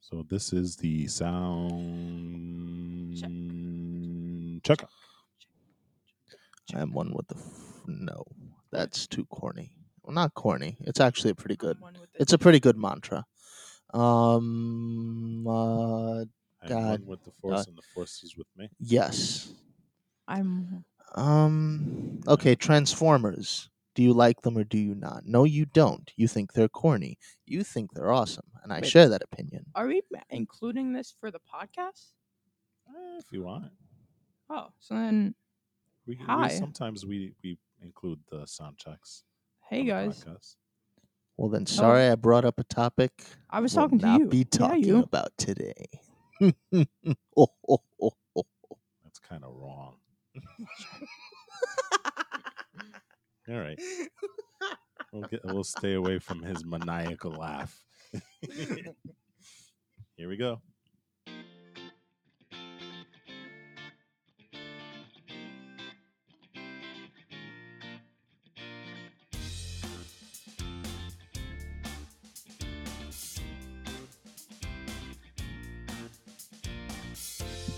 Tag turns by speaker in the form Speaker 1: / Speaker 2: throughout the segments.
Speaker 1: So this is the sound check.
Speaker 2: I am one with the f- no. That's too corny. Well, not corny. It's actually a pretty good.
Speaker 3: One with the-
Speaker 2: It's a pretty good mantra. Um. Uh,
Speaker 1: I'm
Speaker 2: God.
Speaker 1: one
Speaker 3: Uh,
Speaker 1: with the force, and the force is with me.
Speaker 2: yes.
Speaker 3: I'm
Speaker 2: Um. Okay. Transformers. Do you like them or do you not? No, you don't. You think they're corny. You think they're awesome, and I
Speaker 3: Wait.
Speaker 2: share that opinion.
Speaker 3: are we including this for the podcast?
Speaker 1: Eh, if you want,
Speaker 3: Oh, so then
Speaker 1: we, we-
Speaker 3: Hi.
Speaker 1: sometimes we we include the sound checks.
Speaker 3: hey
Speaker 1: on the
Speaker 3: guys.
Speaker 1: podcast.
Speaker 2: Well, then, sorry I brought up a topic.
Speaker 3: Oh. I was
Speaker 2: we'll
Speaker 3: talking to
Speaker 2: not
Speaker 3: you.
Speaker 2: Be
Speaker 3: Yeah,
Speaker 2: talking
Speaker 3: you.
Speaker 2: about today. oh, oh, oh, oh.
Speaker 1: That's kind of wrong. All right, we'll get, we'll stay away from his maniacal laugh. Here we go.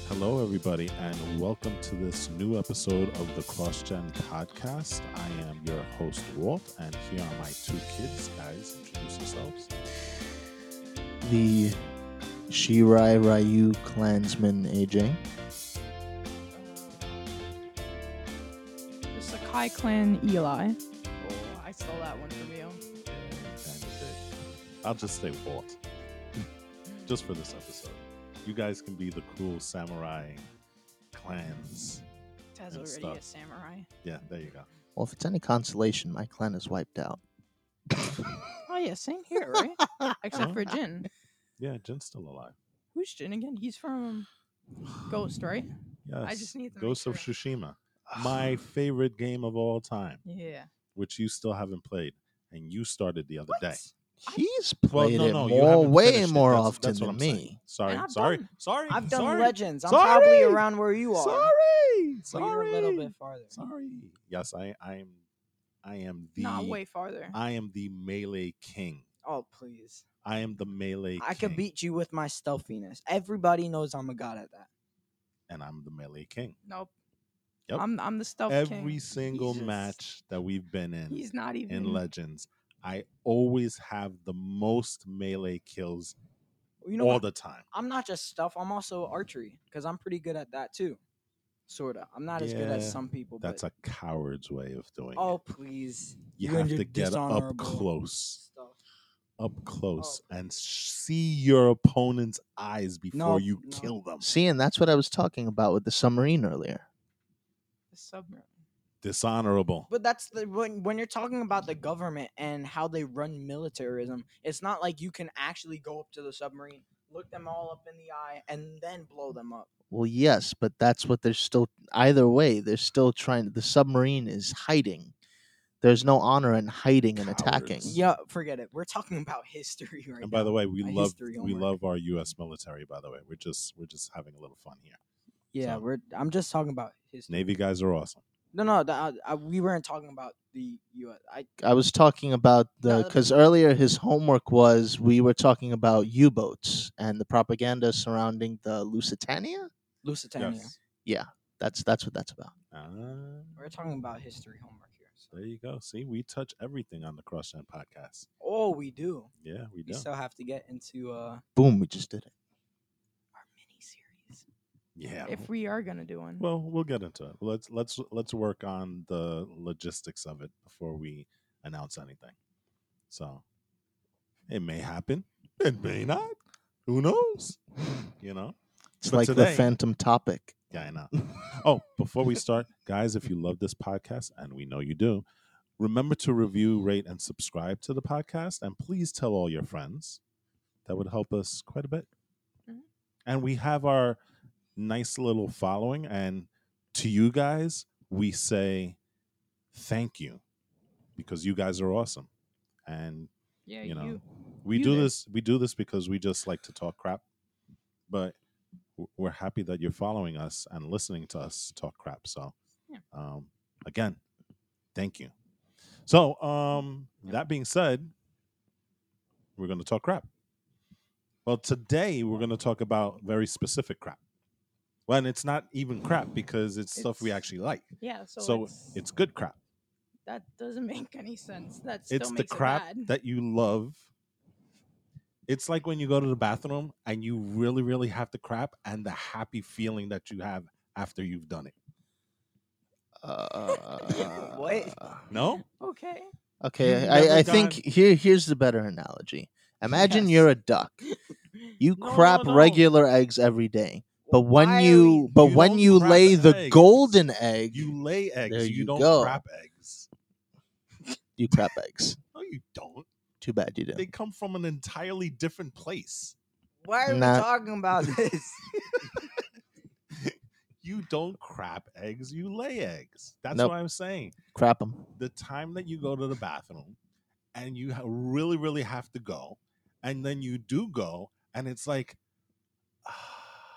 Speaker 1: Hello, everybody, and welcome to this new episode of the CrossGen Podcast. I am your host, Walt, and here are my two kids. Guys, introduce yourselves.
Speaker 2: the Shirai Ryu clansman AJ.
Speaker 3: The Sakai clan Eli. Oh, I stole that one from you.
Speaker 1: And uh, I'll just say Walt, just for this episode. You guys can be the cool samurai clans.
Speaker 3: Taz
Speaker 1: And
Speaker 3: already
Speaker 1: stuff.
Speaker 3: a samurai.
Speaker 1: Yeah, there you go.
Speaker 2: Well, if it's any consolation, my clan is wiped out.
Speaker 3: Oh yeah, same here, right? Except for Jin.
Speaker 1: Yeah, Jin's still alive.
Speaker 3: Who's Jin again? He's from Ghost, right?
Speaker 1: Yes.
Speaker 3: I just need to make
Speaker 1: Ghost of
Speaker 3: sure.
Speaker 1: Tsushima, my favorite game of all time,
Speaker 3: Yeah.
Speaker 1: which you still haven't played, and you started the other
Speaker 3: What?
Speaker 1: day.
Speaker 2: He's
Speaker 1: Well,
Speaker 2: played
Speaker 1: no,
Speaker 2: it
Speaker 1: no, you
Speaker 2: more,
Speaker 1: haven't
Speaker 2: way
Speaker 1: finished it.
Speaker 2: more
Speaker 1: That's-
Speaker 2: often
Speaker 1: that's what
Speaker 2: than
Speaker 1: I'm
Speaker 2: me.
Speaker 1: saying. Sorry,
Speaker 3: And I've
Speaker 1: sorry,
Speaker 3: done-
Speaker 1: sorry.
Speaker 4: I've done
Speaker 1: sorry,
Speaker 4: Legends. I'm
Speaker 1: Sorry.
Speaker 4: probably around where you are.
Speaker 1: Sorry,
Speaker 4: So
Speaker 1: sorry.
Speaker 4: You're a little bit farther.
Speaker 1: Sorry. Yes, I, I'm. I am the.
Speaker 3: Not way farther.
Speaker 1: I am the melee king.
Speaker 4: Oh, please.
Speaker 1: I am the melee.
Speaker 4: I
Speaker 1: king,
Speaker 4: could beat you with my stealthiness. Everybody knows I'm a god at that.
Speaker 1: and I'm the melee king.
Speaker 3: nope.
Speaker 1: Yep.
Speaker 3: I'm I'm the stealth
Speaker 1: Every
Speaker 3: king.
Speaker 1: single
Speaker 4: Jesus.
Speaker 1: match that we've been in
Speaker 3: He's not even
Speaker 1: in Legends, I always have the most melee kills
Speaker 4: Well, you know
Speaker 1: all
Speaker 4: what?
Speaker 1: the time.
Speaker 4: I'm not just stuff. I'm also archery because I'm pretty good at that too. Sorta. I'm not as good
Speaker 1: Yeah,
Speaker 4: as some people.
Speaker 1: That's
Speaker 4: but
Speaker 1: a coward's way of doing
Speaker 4: oh
Speaker 1: it.
Speaker 4: please.
Speaker 1: You
Speaker 4: you're
Speaker 1: have
Speaker 4: your
Speaker 1: to get up
Speaker 4: dishonorable
Speaker 1: close.
Speaker 4: Stuff.
Speaker 1: up
Speaker 4: Oh.
Speaker 1: close and see your opponent's eyes before
Speaker 4: No,
Speaker 1: you
Speaker 4: no.
Speaker 1: kill them.
Speaker 2: See, and that's what I was talking about with the submarine earlier.
Speaker 3: the submarine.
Speaker 1: Dishonorable.
Speaker 4: But that's the when when you're talking about the government and how they run militarism, it's not like you can actually go up to the submarine, look them all up in the eye, and then blow them up.
Speaker 2: Well, yes, but that's what they're still. Either way, they're still trying. The submarine is hiding. There's no honor in hiding and attacking.
Speaker 1: Cowards.
Speaker 4: Yeah, forget it. We're talking about history right
Speaker 1: and by the way, we
Speaker 4: my
Speaker 1: love
Speaker 4: history
Speaker 1: we
Speaker 4: homework.
Speaker 1: love our U.S. military. By the way, we're just we're just having a little fun here.
Speaker 4: yeah,
Speaker 1: so-
Speaker 4: we're. I'm just talking about history.
Speaker 1: Navy guys are awesome.
Speaker 4: No, no, th- I, I, we weren't talking about the U.S. I
Speaker 2: I was talking about the
Speaker 4: No, that-
Speaker 2: because earlier his homework was we were talking about U-boats and the propaganda surrounding the Lusitania.
Speaker 4: Lusitania.
Speaker 1: Yes.
Speaker 2: That's that's what that's about.
Speaker 1: Ah,
Speaker 4: We're talking about history homework here. So.
Speaker 1: there you go. See, we touch everything on the Cross Gen podcast.
Speaker 4: Oh, we do.
Speaker 1: Yeah, we
Speaker 4: We
Speaker 1: do.
Speaker 4: still have to get into uh, our
Speaker 2: Boom, we just did it.
Speaker 4: mini series.
Speaker 1: yeah.
Speaker 3: If we are gonna do one.
Speaker 1: Well, we'll get into it. Let's let's let's work on the logistics of it before we announce anything. So it may happen. It may not. Who knows? You know?
Speaker 2: It's
Speaker 1: But
Speaker 2: like the
Speaker 1: today-
Speaker 2: phantom topic.
Speaker 1: Yeah, I know. Oh, before we start, guys, if you love this podcast, and we know you do, remember to review, rate, and subscribe to the podcast. And please tell all your friends. That would help us quite a bit.
Speaker 3: Mhm.
Speaker 1: And we have our nice little following. And to you guys, we say thank you because you guys are awesome. And
Speaker 3: yeah,
Speaker 1: you know we
Speaker 3: you
Speaker 1: do
Speaker 3: there.
Speaker 1: this we do this because we just like to talk crap but w- we're happy that you're following us and listening to us talk crap so
Speaker 3: Yeah.
Speaker 1: um, again thank you so um that being said we're going to talk crap Well, today we're going to talk about very specific crap. Well, and it's not even crap because it's, stuff we
Speaker 3: It's-
Speaker 1: actually like.
Speaker 3: Yeah. So,
Speaker 1: So
Speaker 3: it's,
Speaker 1: It's good crap.
Speaker 3: that doesn't make any sense. That still
Speaker 1: It's the
Speaker 3: makes
Speaker 1: crap
Speaker 3: it bad.
Speaker 1: that you love. It's like when you go to the bathroom and you really, really have to crap and the happy feeling that you have after you've done it.
Speaker 2: Uh,
Speaker 4: What?
Speaker 1: No?
Speaker 3: okay.
Speaker 2: Okay,
Speaker 1: You've
Speaker 2: I,
Speaker 1: never
Speaker 2: I think
Speaker 1: done-
Speaker 2: here here's the better analogy. Imagine
Speaker 3: Yes.
Speaker 2: you're a duck. You
Speaker 1: No,
Speaker 2: crap
Speaker 1: no.
Speaker 2: regular eggs every day, but when
Speaker 4: Why are
Speaker 2: you
Speaker 4: we-
Speaker 2: but
Speaker 1: you
Speaker 2: when
Speaker 1: don't
Speaker 2: you
Speaker 1: crap
Speaker 2: lay the
Speaker 1: eggs.
Speaker 2: golden egg, you,
Speaker 1: You lay eggs,
Speaker 2: There
Speaker 1: you,
Speaker 2: you
Speaker 1: don't
Speaker 2: go.
Speaker 1: crap eggs.
Speaker 2: crap eggs.
Speaker 1: No, you don't.
Speaker 2: Too bad you didn't.
Speaker 1: They come from an entirely different place.
Speaker 4: Why are
Speaker 2: Nah.
Speaker 4: we talking about this?
Speaker 1: You don't crap eggs, you lay eggs. That's
Speaker 2: Nope.
Speaker 1: what I'm saying.
Speaker 2: Crap them.
Speaker 1: The time that you go to the bathroom and you ha- really, really have to go, and then you do go, and it's like, ah,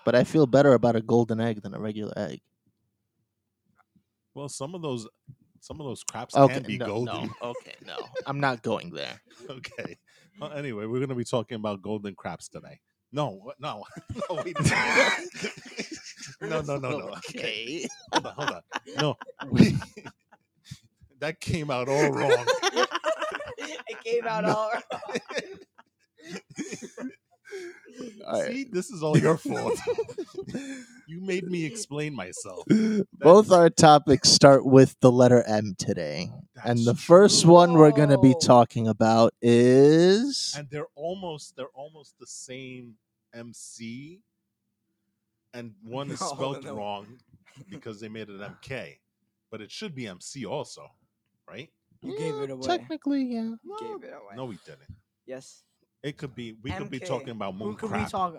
Speaker 2: But I feel better about a golden egg than a regular egg.
Speaker 1: Well, some of those, some of those craps
Speaker 2: Okay,
Speaker 1: can be
Speaker 2: no,
Speaker 1: golden.
Speaker 2: no, okay, no, I'm not going there.
Speaker 1: okay. Well, anyway, we're gonna be talking about golden craps today. No, what- no, no, we no, no, no, Oh, no. Okay,
Speaker 2: Okay.
Speaker 1: hold on, hold on. No, we, that came out all wrong.
Speaker 4: it came out all right.
Speaker 2: All right.
Speaker 1: See, this is all your fault. you made me explain myself.
Speaker 2: Both our topics start with the letter M today. and the
Speaker 1: That's
Speaker 2: first
Speaker 1: true.
Speaker 2: one we're going to be
Speaker 4: Whoa.
Speaker 2: talking about is
Speaker 1: and they're almost they're almost the same MC, and one is
Speaker 4: No,
Speaker 1: spelled
Speaker 4: no.
Speaker 1: wrong because they made it MK, but it should be MC also, right?
Speaker 4: You gave it away.
Speaker 2: Technically, yeah.
Speaker 1: No,
Speaker 4: Gave it away.
Speaker 1: no, we didn't.
Speaker 4: Yes.
Speaker 1: It could be we could be
Speaker 4: MK.
Speaker 1: talking about
Speaker 4: Who
Speaker 1: moon
Speaker 4: could we
Speaker 1: crap,
Speaker 4: talk?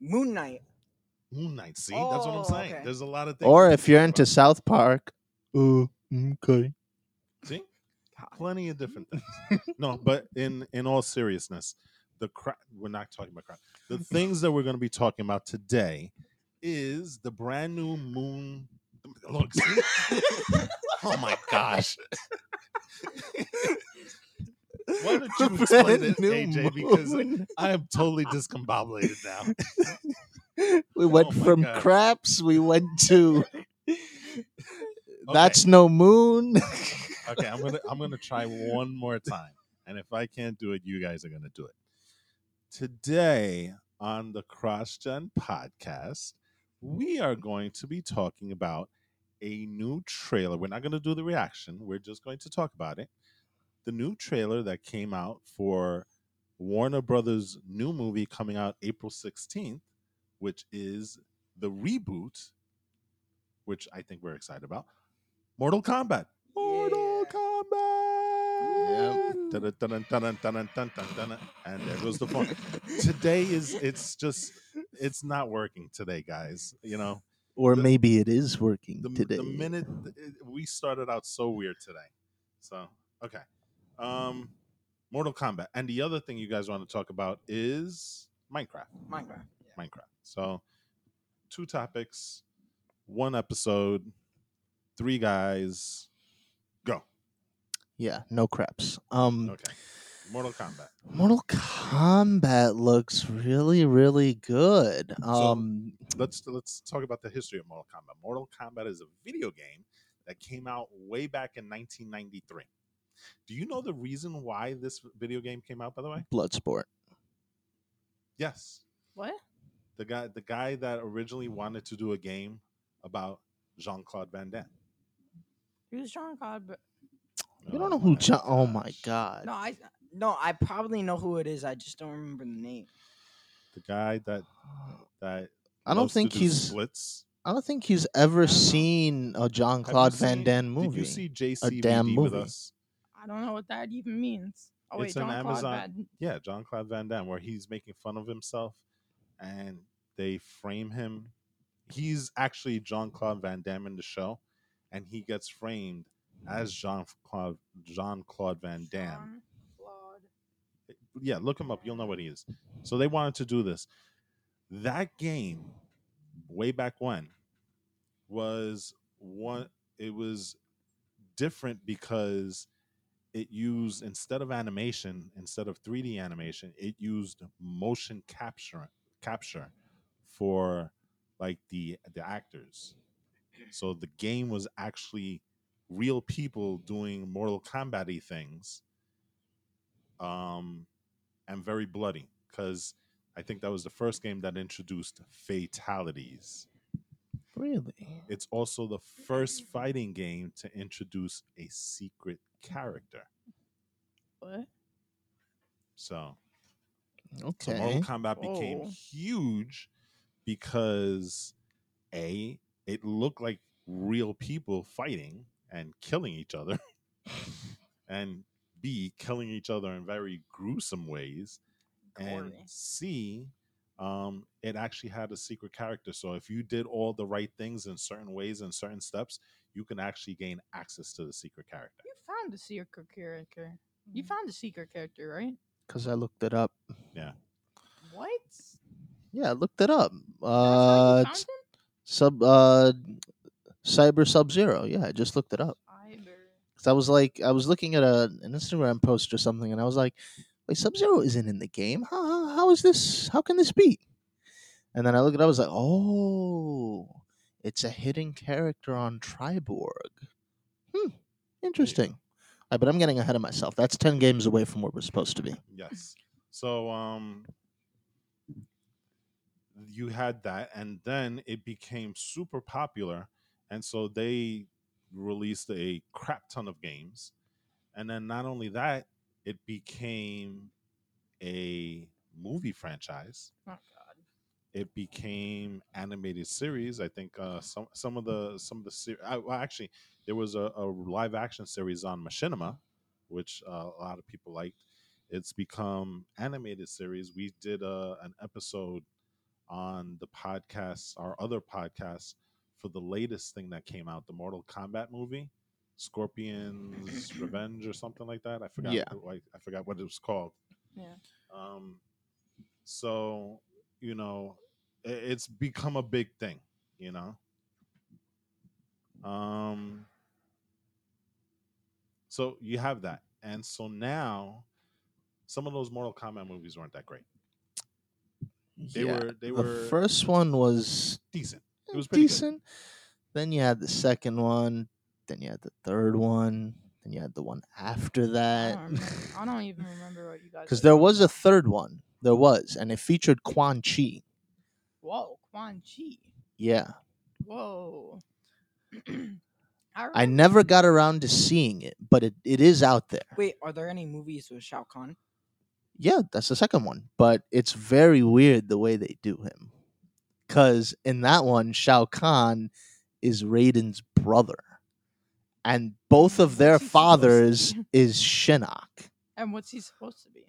Speaker 4: Moon Knight.
Speaker 1: moon night. See, that's what I'm
Speaker 4: Oh,
Speaker 1: saying.
Speaker 4: okay.
Speaker 1: There's a lot of things.
Speaker 2: Or
Speaker 1: we
Speaker 2: if
Speaker 1: could
Speaker 2: you're
Speaker 1: talk
Speaker 2: into
Speaker 1: about.
Speaker 2: South Park, uh, okay.
Speaker 1: see,
Speaker 4: God.
Speaker 1: plenty of different things. no, but in in all seriousness, the crap we're not talking about crap. The things that we're going to be talking about today is the brand new moon. Look, see? oh my gosh! Why don't you explain it, AJ? Because I am totally discombobulated now.
Speaker 2: we went
Speaker 1: Oh my
Speaker 2: from
Speaker 1: God.
Speaker 2: craps, we went to that's no moon.
Speaker 1: Okay, I'm gonna I'm gonna try one more time, and if I can't do it, you guys are gonna do it. Today on the CrossGen podcast, we are going to be talking about a new trailer. We're not gonna do the reaction. We're just going to talk about it. The new trailer that came out for Warner Brothers' new movie coming out April 16th, which is the reboot, which I think we're excited about. Mortal Kombat. Mortal
Speaker 4: Yeah.
Speaker 1: Kombat. Dun, dun, dun, dun, dun, dun, dun, dun, dun. And there goes the phone. today is it's just it's not working today, guys. You know,
Speaker 2: or
Speaker 1: The-
Speaker 2: maybe it is working
Speaker 1: the,
Speaker 2: today.
Speaker 1: the minute it- we started out so weird today. So okay, um, Mortal Kombat. And the other thing you guys want to talk about is Minecraft.
Speaker 4: Minecraft.
Speaker 1: Minecraft. So, two topics, one episode, three guys. Go.
Speaker 2: yeah, no craps. Um,
Speaker 1: Okay. Mortal Kombat.
Speaker 2: Mortal Kombat looks really, really good. Um,
Speaker 1: Let's let's talk about the history of Mortal Kombat. Mortal Kombat is a video game that came out way back in 1993. Do you know the reason why this video game came out by the way?
Speaker 2: Bloodsport.
Speaker 1: Oh Yes.
Speaker 3: What?
Speaker 1: The guy the guy that
Speaker 2: Mm-hmm.
Speaker 1: originally wanted to do a game about Jean-Claude Van Damme.
Speaker 3: Who's John Cod?
Speaker 2: You
Speaker 1: Oh
Speaker 2: don't know who
Speaker 1: my
Speaker 2: John? Oh my
Speaker 1: gosh.
Speaker 2: god!
Speaker 4: No, I no, I probably know who it is. I just don't remember the name.
Speaker 1: The guy that that
Speaker 2: I don't
Speaker 1: loves to
Speaker 2: think
Speaker 1: do
Speaker 2: he's.
Speaker 1: splits.
Speaker 2: I don't think he's ever
Speaker 4: don't know.
Speaker 2: seen a John
Speaker 1: Have you
Speaker 2: Claude Van
Speaker 1: seen-
Speaker 2: Damme movie.
Speaker 1: Did you see JCVD
Speaker 2: damn
Speaker 1: with
Speaker 2: movie.
Speaker 1: us?
Speaker 3: I don't know what that even means. Oh wait,
Speaker 1: It's on
Speaker 3: John
Speaker 1: Amazon.
Speaker 3: Claude
Speaker 1: Yeah, John Claude Van Damme, where he's making fun of himself, and they frame him. He's actually John Claude Van Damme in the show, and he gets framed as John Claude Jean Claude Van Damme. Yeah, look him up. You'll know what he is. So they wanted to do this. That game, way back when, was one. It was different because it used instead of animation, instead of 3D animation, it used motion capture capture for like the the actors. So the game was actually real people doing Mortal Kombat things. Um and very bloody because I think that was the first game that introduced fatalities.
Speaker 2: Really?
Speaker 1: It's also the first fighting game to introduce a secret character.
Speaker 3: What?
Speaker 1: So, so Mortal
Speaker 2: Okay.
Speaker 1: Kombat became
Speaker 3: Whoa.
Speaker 1: huge because A, it looked like real people fighting and killing each other, and B, killing each other in very gruesome ways. and
Speaker 4: Gory.
Speaker 1: C, um, it actually had a secret character. So if you did all the right things in certain ways and certain steps, you can actually gain access to the secret character.
Speaker 3: You found the secret character. You found the secret character, right?
Speaker 2: Because I looked it up.
Speaker 3: What?
Speaker 2: Yeah, I looked it up.
Speaker 3: That's how
Speaker 2: Uh,
Speaker 3: you
Speaker 2: it's
Speaker 3: found him?
Speaker 2: sub uh, Cyber Sub Zero. Yeah, I just looked it up.
Speaker 3: Cyber.
Speaker 2: 'Cause I was like, I was looking at a, an Instagram post or something, and I was like, wait, Sub Zero isn't in the game. How, how, how is this? How can this be? And then I looked it up, I was like, oh, it's a hidden character on Triborg. Hmm, interesting. All right, but I'm getting ahead of myself. That's 10 games away from where we're supposed to be.
Speaker 1: Yes. So um, you had that, and then it became super popular, and so they released a crap ton of games, and then not only that, it became a movie franchise.
Speaker 3: Oh god.
Speaker 1: it became animated series. I think uh, some some of the some of the ser- I, well, actually there was a, a live action series on Machinima, which uh, a lot of people liked. It's become animated series. We did uh, an episode on the podcast, our other podcast, for the latest thing that came out, the Mortal Kombat movie, Scorpion's Revenge or something like that. I forgot.
Speaker 2: Yeah.
Speaker 1: Like I forgot what it was called.
Speaker 3: Yeah.
Speaker 1: Um, so you know, i- it's become a big thing. You know. Um. So you have that, and so now, some of those Mortal Kombat movies weren't that great. They were they
Speaker 2: the
Speaker 1: were
Speaker 2: first one was,
Speaker 1: decent. It
Speaker 2: eh,
Speaker 1: was pretty good.
Speaker 2: decent. Then you had the second one. Then you had the third one. Then you had the one after
Speaker 3: I
Speaker 2: that.
Speaker 1: eh,
Speaker 3: don't, remember. I don't even remember what you guys.
Speaker 2: Because
Speaker 3: said.
Speaker 2: there was a third one. There was, and it featured Quan Chi.
Speaker 3: Whoa, Quan Chi.
Speaker 2: Yeah.
Speaker 3: Whoa.
Speaker 2: I never got around to seeing it, but it, it is out there.
Speaker 4: Wait, are there any movies with Shao Kahn?
Speaker 2: Yeah, that's the second one. But it's very weird the way they do him. Because in that one, Shao Kahn is Raiden's brother. And both of their
Speaker 3: What's he supposed to
Speaker 2: fathers
Speaker 3: be?
Speaker 2: is Shinnok.
Speaker 3: And what's he supposed to be?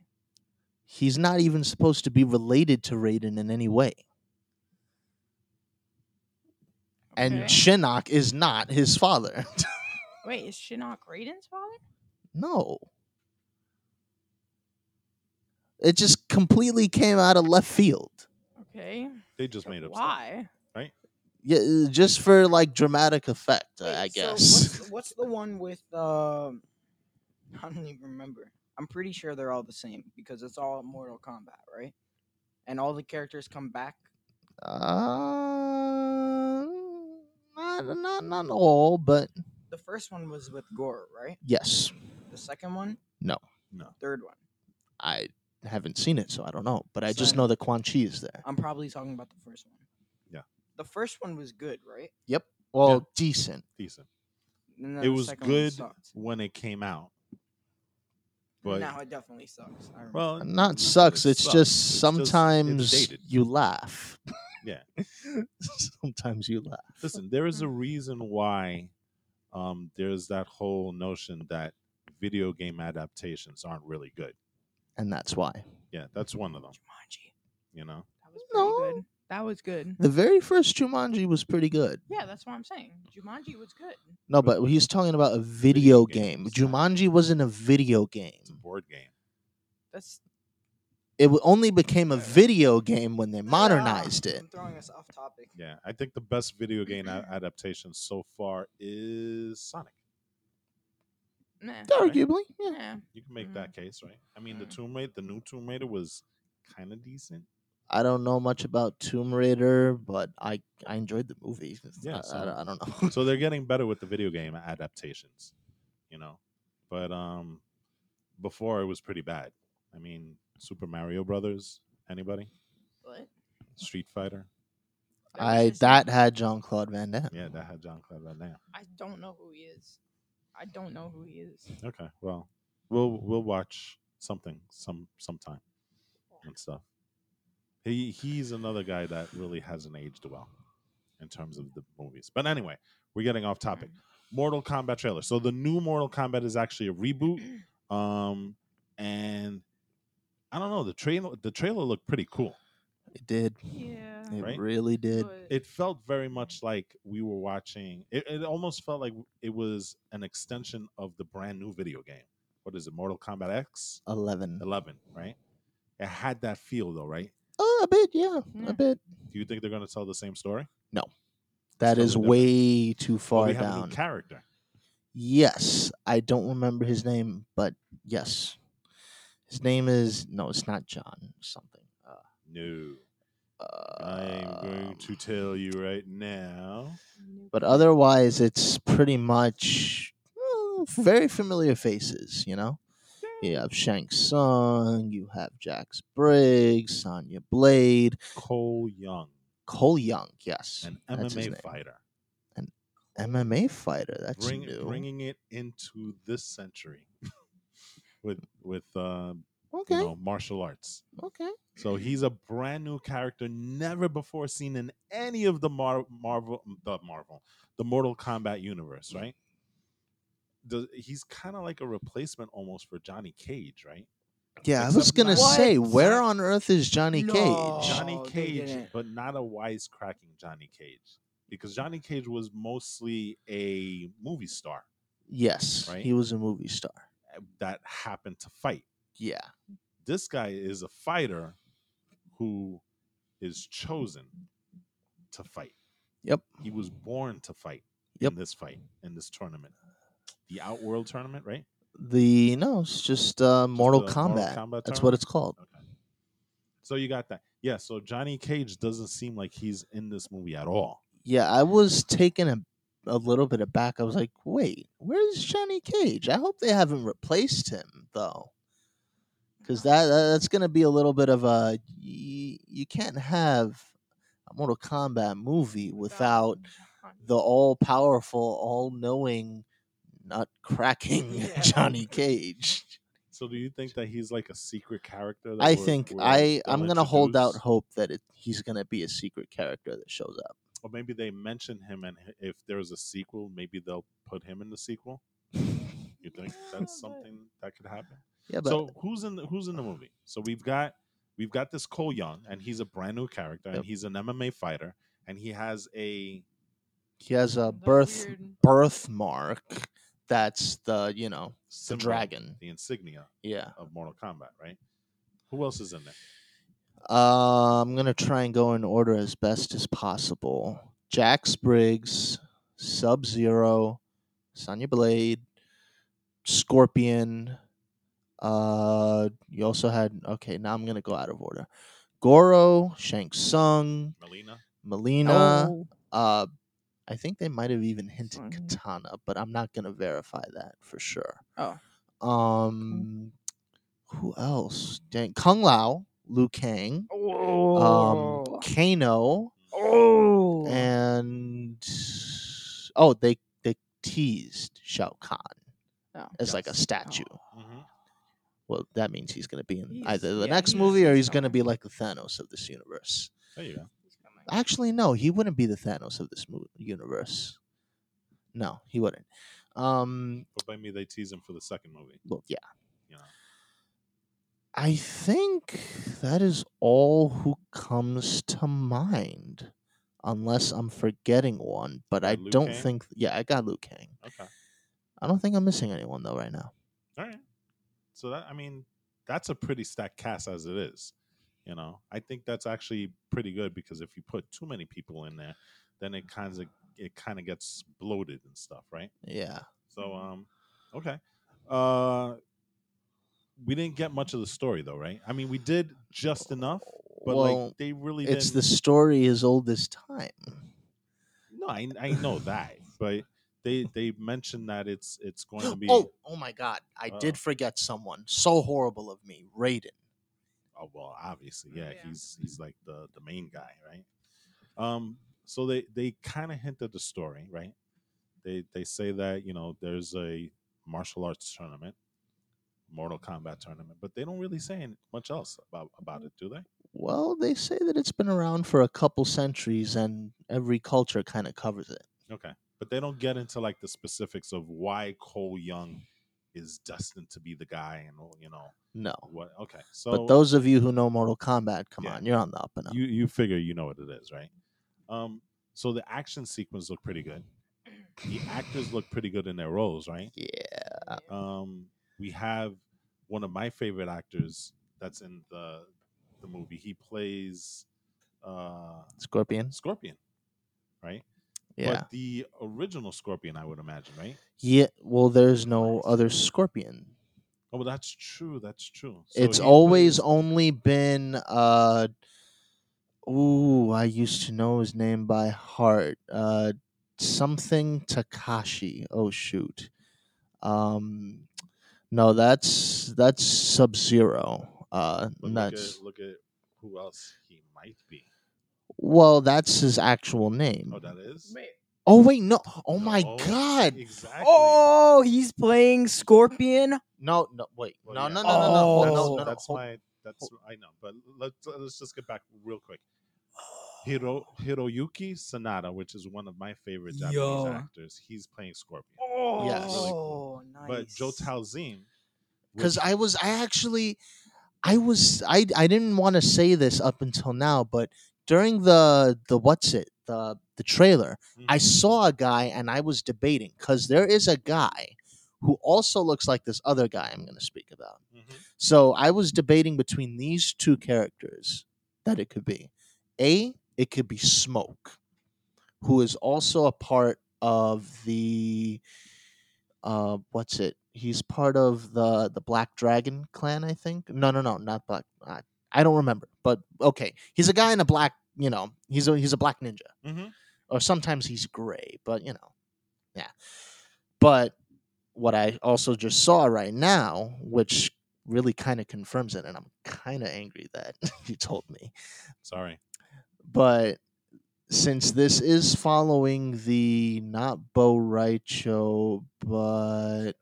Speaker 2: He's not even supposed to be related to Raiden in any way. And
Speaker 3: Okay.
Speaker 2: Shinnok is not his father.
Speaker 3: wait, is Shinnok Raiden's father?
Speaker 2: No. It just completely came out of left field.
Speaker 3: Okay.
Speaker 1: They just made up. stuff.
Speaker 3: Why?
Speaker 2: Yeah, uh, just for like dramatic effect,
Speaker 4: Wait,
Speaker 2: Uh, I
Speaker 4: so
Speaker 2: guess.
Speaker 4: what's, what's the one with um I don't even remember. I'm pretty sure they're all the same because it's all Mortal Kombat, right? And all the characters come back.
Speaker 2: Uh, not, not, not all, but
Speaker 4: The first one was with Gore, right?
Speaker 2: yes,
Speaker 4: The second one?
Speaker 2: No.
Speaker 1: No.
Speaker 4: Third one.
Speaker 2: I haven't seen it, so I don't know. But I just
Speaker 4: Same.
Speaker 2: know that Quan Chi is there.
Speaker 4: I'm probably talking about the first one.
Speaker 1: Yeah.
Speaker 4: The first one was good, right?
Speaker 2: Well, decent.
Speaker 1: Decent.
Speaker 4: And
Speaker 1: It was
Speaker 4: second one
Speaker 1: good
Speaker 4: sucked.
Speaker 1: when it came out, but
Speaker 4: now it definitely sucks. I remember.
Speaker 1: well,
Speaker 2: Not
Speaker 1: it
Speaker 2: sucks. It's
Speaker 1: sucks. It's
Speaker 2: just
Speaker 1: just-
Speaker 2: sometimes
Speaker 1: it's dated.
Speaker 2: you laugh.
Speaker 1: Yeah.
Speaker 2: sometimes you laugh.
Speaker 1: listen, there is a reason why um, there's that whole notion that video game adaptations aren't really good.
Speaker 2: And that's why.
Speaker 1: Yeah, that's one of them.
Speaker 4: Jumanji.
Speaker 1: You know,
Speaker 3: That was pretty
Speaker 2: No.
Speaker 3: good. That was good.
Speaker 1: Hmm.
Speaker 2: The very first Jumanji was pretty good.
Speaker 3: Yeah, that's what I'm saying. Jumanji was good.
Speaker 2: No, but he's talking about a video,
Speaker 1: game,
Speaker 2: game.
Speaker 1: it's not-
Speaker 2: Jumanji wasn't a video
Speaker 1: it's a
Speaker 2: game.
Speaker 1: board game.
Speaker 3: That's
Speaker 2: It w- only became a
Speaker 4: Yeah.
Speaker 2: video game when they
Speaker 4: Ah,
Speaker 2: modernized it.
Speaker 4: I'm throwing us off topic.
Speaker 1: Yeah, I think the best video game a- adaptation so far is Sonic.
Speaker 4: Nah.
Speaker 2: Arguably, yeah.
Speaker 4: Nah.
Speaker 1: You can make
Speaker 4: Mm.
Speaker 1: that case, right? I mean, the
Speaker 4: Mm.
Speaker 1: Tomb Raider, the new Tomb Raider was kind of decent.
Speaker 2: I don't know much about Tomb Raider, but I I enjoyed the movie.
Speaker 1: Yeah,
Speaker 2: I,
Speaker 1: so-
Speaker 2: I, don't- I don't know.
Speaker 1: so they're getting better with the video game adaptations, you know. But um, before it was pretty bad. I mean, Super Mario Brothers, anybody?
Speaker 4: What?
Speaker 1: Street Fighter,
Speaker 2: I that had Jean Claude Van Damme.
Speaker 1: yeah, that had John Claude Van Damme.
Speaker 4: I don't know who he is. I don't know who he is.
Speaker 1: Okay, well, we'll we'll watch something some sometime and stuff. He he's another guy that really hasn't aged well in terms of the movies. But anyway, we're getting off topic. Mortal Kombat trailer. So the new Mortal Kombat is actually a reboot. Um, and I don't know the trailer. The trailer looked pretty cool.
Speaker 2: It did.
Speaker 3: Yeah.
Speaker 2: It
Speaker 1: Right?
Speaker 2: really did.
Speaker 3: but-
Speaker 1: It felt very much like we were watching. It, it almost felt like it was an extension of the brand new video game. What is it? Mortal Kombat X
Speaker 2: 11.
Speaker 1: Eleven, right? It had that feel though, right?
Speaker 2: Oh, a bit, yeah,
Speaker 4: Yeah.
Speaker 2: a bit.
Speaker 1: Do you think they're going to tell the same story?
Speaker 2: That
Speaker 1: totally
Speaker 2: is
Speaker 1: different.
Speaker 2: way too
Speaker 1: Or
Speaker 2: far
Speaker 1: we have a
Speaker 2: down.
Speaker 1: new character.
Speaker 2: yes, I don't remember his name, but yes, his name is no, it's not John something. Uh,
Speaker 1: No,
Speaker 2: uh,
Speaker 1: I am going
Speaker 2: Um.
Speaker 1: to tell you right now.
Speaker 2: But otherwise, it's pretty much well, very familiar faces, you know? You have Shang Tsung, you have Jax Briggs, Sonya Blade,
Speaker 1: Cole Young,
Speaker 2: Cole Young, yes.
Speaker 1: an
Speaker 2: that's his
Speaker 1: MMA
Speaker 2: name.
Speaker 1: fighter,
Speaker 2: MMA fighter, that's
Speaker 1: Bring,
Speaker 2: new.
Speaker 1: bringing it into this century with with uh,
Speaker 2: okay,
Speaker 1: you know martial arts.
Speaker 2: okay.
Speaker 1: So
Speaker 4: Mm-hmm.
Speaker 1: he's a brand new character, never before seen in any of the Mar- Marvel, the Marvel, the Mortal Kombat universe, right? Does, he's kind of like a replacement almost for Johnny Cage, right?
Speaker 2: Yeah, I
Speaker 1: Except
Speaker 2: was gonna
Speaker 1: not-
Speaker 2: say,
Speaker 4: What?
Speaker 2: where on earth is Johnny
Speaker 4: No.
Speaker 2: Cage?
Speaker 1: Johnny
Speaker 4: Oh, they
Speaker 1: Cage,
Speaker 4: didn't. Mm.
Speaker 1: but not a wisecracking Johnny Cage, because Johnny Cage was mostly a movie star
Speaker 2: Yes,
Speaker 1: Right?
Speaker 2: he was a movie star.
Speaker 1: that happened to fight.
Speaker 2: Yeah,
Speaker 1: This guy is a fighter who is chosen to fight.
Speaker 2: Yep.
Speaker 1: He was born to fight
Speaker 2: Yep.
Speaker 1: in this fight, in this tournament. The Outworld tournament, right?
Speaker 2: the no, it's just uh, Mortal,
Speaker 1: the
Speaker 2: Kombat.
Speaker 1: Mortal Kombat
Speaker 2: That's what
Speaker 1: tournament?
Speaker 2: it's called.
Speaker 1: Okay. So you got that. Yeah, so Johnny Cage doesn't seem like he's in this movie at all.
Speaker 2: Yeah, I was taken a, a little bit aback. I was like, wait, where's Johnny Cage? I hope they haven't replaced him though, because that, that that's gonna be a little bit of a you, you can't have a Mortal Kombat movie without the all powerful, all knowing, nut cracking
Speaker 4: Yeah.
Speaker 2: Johnny Cage.
Speaker 1: So do you think that he's like a secret character? That
Speaker 2: I
Speaker 1: we're-
Speaker 2: think
Speaker 1: we're-
Speaker 2: I
Speaker 1: they'll
Speaker 2: I'm gonna hold out
Speaker 1: introduce?
Speaker 2: hope that it, he's gonna be a secret character that shows up.
Speaker 1: Or maybe they mention him, and h- if there's a sequel, maybe they'll put him in the sequel. You think
Speaker 4: Yeah, but-
Speaker 1: that's something that could happen?
Speaker 2: Yeah, but
Speaker 1: so who's in the, who's in the movie? So we've got we've got this Cole Young, and he's a brand new character,
Speaker 2: Yep.
Speaker 1: and he's an MMA fighter, and he has a
Speaker 2: he has a birth birthmark. That's the you know the
Speaker 1: symbol,
Speaker 2: dragon.
Speaker 1: the insignia
Speaker 2: Yeah,
Speaker 1: of Mortal Kombat, right? Who else is in there?
Speaker 2: uh, I'm gonna try and go in order as best as possible. Jax Briggs, Sub Zero, Sonya Blade, Scorpion. Uh, you also had okay. Now I'm gonna go out of order. Goro, Shang Tsung,
Speaker 1: Melina,
Speaker 2: Melina.
Speaker 3: Oh.
Speaker 2: Uh, I think they might have even hinted
Speaker 4: Sorry.
Speaker 2: Katana, but I'm not gonna verify that for sure.
Speaker 4: Oh.
Speaker 2: Um, who else? Dang, Kung Lao, Liu Kang,
Speaker 4: Oh.
Speaker 2: um, Kano,
Speaker 4: oh.
Speaker 2: and oh, they they teased Shao Kahn
Speaker 4: Oh.
Speaker 2: as like a
Speaker 1: Yes.
Speaker 2: statue.
Speaker 1: Mhm.
Speaker 2: Well, that means he's gonna be in
Speaker 4: He's-
Speaker 2: either the
Speaker 4: yeah,
Speaker 2: next
Speaker 4: he's-
Speaker 2: movie or
Speaker 4: he's
Speaker 2: he's gonna
Speaker 4: coming.
Speaker 2: be like the Thanos of this universe.
Speaker 1: there you go.
Speaker 4: He's coming.
Speaker 2: Actually, no, he wouldn't be the Thanos of this mo- universe. No, he wouldn't. Um,
Speaker 1: But by me, they tease him for the second movie.
Speaker 2: well, yeah,
Speaker 1: You know,
Speaker 2: I think that is all who comes to mind, unless I'm forgetting one. But I
Speaker 1: got Liu
Speaker 2: don't
Speaker 1: Kang?
Speaker 2: think. Yeah, I got Liu Kang.
Speaker 1: okay,
Speaker 2: I don't think I'm missing anyone though right now.
Speaker 1: all right. So that I mean, that's a pretty stacked cast as it is. You know, I think that's actually pretty good because if you put too many people in there, then it kind of it kind of gets bloated and stuff, right?
Speaker 2: Yeah,
Speaker 1: So um okay. Uh, we didn't get much of the story though, right? I mean, we did just enough, but
Speaker 2: well,
Speaker 1: like they really
Speaker 2: it's
Speaker 1: didn't.
Speaker 2: the story as old as time.
Speaker 1: No, I, I know that, but they they mentioned that it's it's going to be.
Speaker 2: Oh, oh my God! I
Speaker 1: Oh.
Speaker 2: did forget someone. So horrible of me, Raiden.
Speaker 1: oh, well, obviously, yeah,
Speaker 4: Yeah.
Speaker 1: he's he's like the the main guy, right? Um, so they they kind of hinted the story, right? They they say that you know there's a martial arts tournament, Mortal Kombat tournament, but they don't really say any- much else about
Speaker 2: Mm.
Speaker 1: about it, do they?
Speaker 2: Well, they say that it's been around for a couple centuries, and every culture kind of covers it.
Speaker 1: Okay, but they don't get into like the specifics of why Cole Young is destined to be the guy, and all, you know
Speaker 2: No,
Speaker 1: what? Okay, so
Speaker 2: but those of you who know Mortal Kombat, come
Speaker 1: Yeah.
Speaker 2: on, you're on the up and up.
Speaker 1: you you figure you know what it is, right? Um, so the action sequence looked pretty good. The actors look pretty good in their roles, right?
Speaker 2: yeah,
Speaker 1: Um, we have one of my favorite actors that's in the the movie. He plays uh,
Speaker 2: Scorpion.
Speaker 1: Scorpion, right?
Speaker 2: Yeah,
Speaker 1: But the original Scorpion, I would imagine, right?
Speaker 2: yeah. Well, there's no other Scorpion.
Speaker 1: Oh, well, that's true. That's true. So
Speaker 2: it's
Speaker 1: he
Speaker 2: always
Speaker 1: plays-
Speaker 2: only been uh ooh i used to know his name by heart uh something takashi oh shoot um no that's that's sub zero uh
Speaker 1: but look
Speaker 2: that's
Speaker 1: at, look at who else he might be.
Speaker 2: well that's his actual name
Speaker 1: Oh, that is.
Speaker 4: Wait.
Speaker 2: oh wait no oh my
Speaker 1: No,
Speaker 2: god
Speaker 1: Exactly.
Speaker 4: Oh, he's playing Scorpion.
Speaker 2: no no wait
Speaker 1: Well, yeah.
Speaker 2: no, no no no no no
Speaker 1: that's,
Speaker 2: no
Speaker 4: Oh.
Speaker 2: no
Speaker 1: that's
Speaker 2: hold-
Speaker 1: my that's I know, but let's let's just get back real quick. Hiro Hiroyuki Sanada, which is one of my favorite Japanese
Speaker 4: Yo.
Speaker 1: actors, he's playing Scorpion.
Speaker 4: Oh,
Speaker 2: Yes. Really
Speaker 1: cool.
Speaker 4: nice.
Speaker 1: But Joe Talzin,
Speaker 2: because
Speaker 1: which-
Speaker 2: I was I actually I was I I didn't want to say this up until now, but during the the what's it the the trailer, I
Speaker 1: Mhm.
Speaker 2: saw a guy and I was debating because there is a guy who also looks like this other guy I'm going to speak about.
Speaker 1: Mhm.
Speaker 2: So I was debating between these two characters that it could be. A, it could be Smoke, who is also a part of the uh what's it? He's part of the the Black Dragon clan, I think. No, no, no, not Black. I, I don't remember. But okay, he's a guy in a black, you know, he's a he's a black ninja
Speaker 1: Mhm.
Speaker 2: or sometimes he's gray, but you know, yeah. But what I also just saw right now, which really kind of confirms it, and I'm kind of angry that you told me,
Speaker 1: Sorry.
Speaker 2: but since this is following the not Bo Raicho, but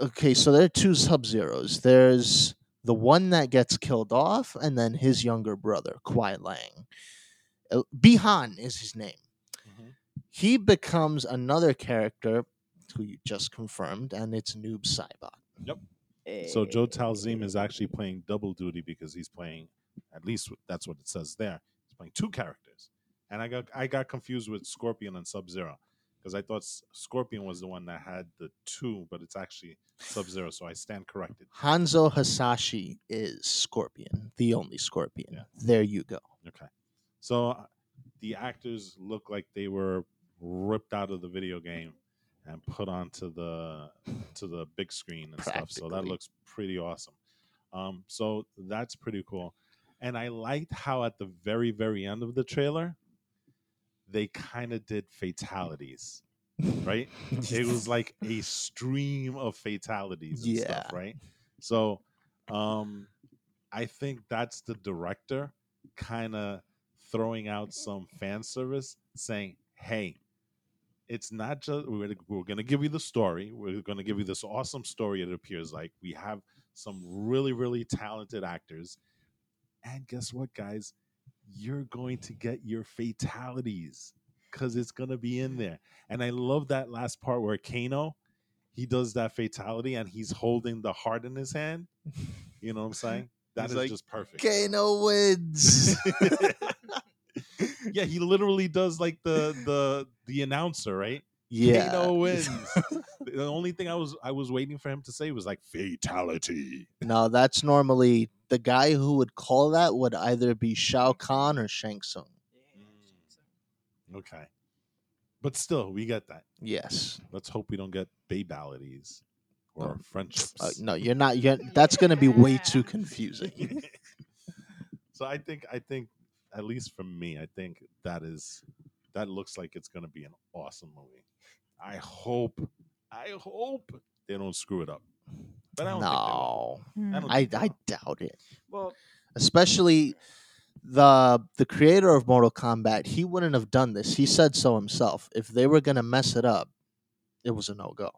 Speaker 2: okay, so there are two sub zeros. There's the one that gets killed off, and then his younger brother, Kwai Lang. Uh, Bihan is his name Mm-hmm.
Speaker 1: Mhm.
Speaker 2: he becomes another character who you just confirmed, and it's Noob Saibot.
Speaker 1: So Joe Talzin is actually playing double duty because he's playing at least that's what it says there. He's playing two characters. And I got I got confused with Scorpion and Sub Zero. Because I thought S- Scorpion was the one that had the two, but it's actually Sub Zero, so I stand corrected.
Speaker 2: Hanzo Hasashi is Scorpion, the only Scorpion.
Speaker 1: Yeah.
Speaker 2: There you go.
Speaker 1: Okay. So uh, the actors look like they were ripped out of the video game and put onto the to the big screen and stuff. So that
Speaker 2: Practically.
Speaker 1: looks pretty awesome. Um, so that's pretty cool. And I liked how at the very very end of the trailer they kind of did fatalities, right? it was like a stream of fatalities and stuff,
Speaker 2: Yeah.
Speaker 1: right? So um I think that's the director kind of throwing out some fan service saying, "Hey, it's not just we're, gonna- we're going to give you the story. We're going to give you this awesome story it appears like. We have some really really talented actors. And guess what, guys? You're going to get your fatalities cuz it's going to be in there. And I love that last part where Kano he does that fatality and he's holding the heart in his hand. You know what I'm saying? That
Speaker 2: He's
Speaker 1: is
Speaker 2: like,
Speaker 1: just perfect.
Speaker 2: Kano wins.
Speaker 1: yeah, he literally does like the the the announcer, right?
Speaker 2: yeah.
Speaker 1: Kano wins. the only thing I was I was waiting for him to say was like fatality.
Speaker 2: No, that's normally the guy who would call that would either be Shao Kahn or Shang Tsung.
Speaker 4: Hmm.
Speaker 1: Okay. But still, we get that.
Speaker 2: Yes.
Speaker 1: Let's hope we don't get babalities. or friendships.
Speaker 2: Uh, no, you're not. You're, that's going to be way too
Speaker 4: Yeah.
Speaker 2: confusing.
Speaker 1: so I think I think at least for me, I think that is that looks like it's gonna be an awesome movie. I hope I hope they don't screw it up. But I don't
Speaker 2: no,
Speaker 1: think they will.
Speaker 3: Hmm.
Speaker 1: don't
Speaker 2: I,
Speaker 1: think they
Speaker 2: I
Speaker 1: will.
Speaker 2: doubt it.
Speaker 4: Well,
Speaker 2: Especially the the creator of Mortal Kombat. He wouldn't have done this. He said so himself. If they were going to mess it up, it was a no go.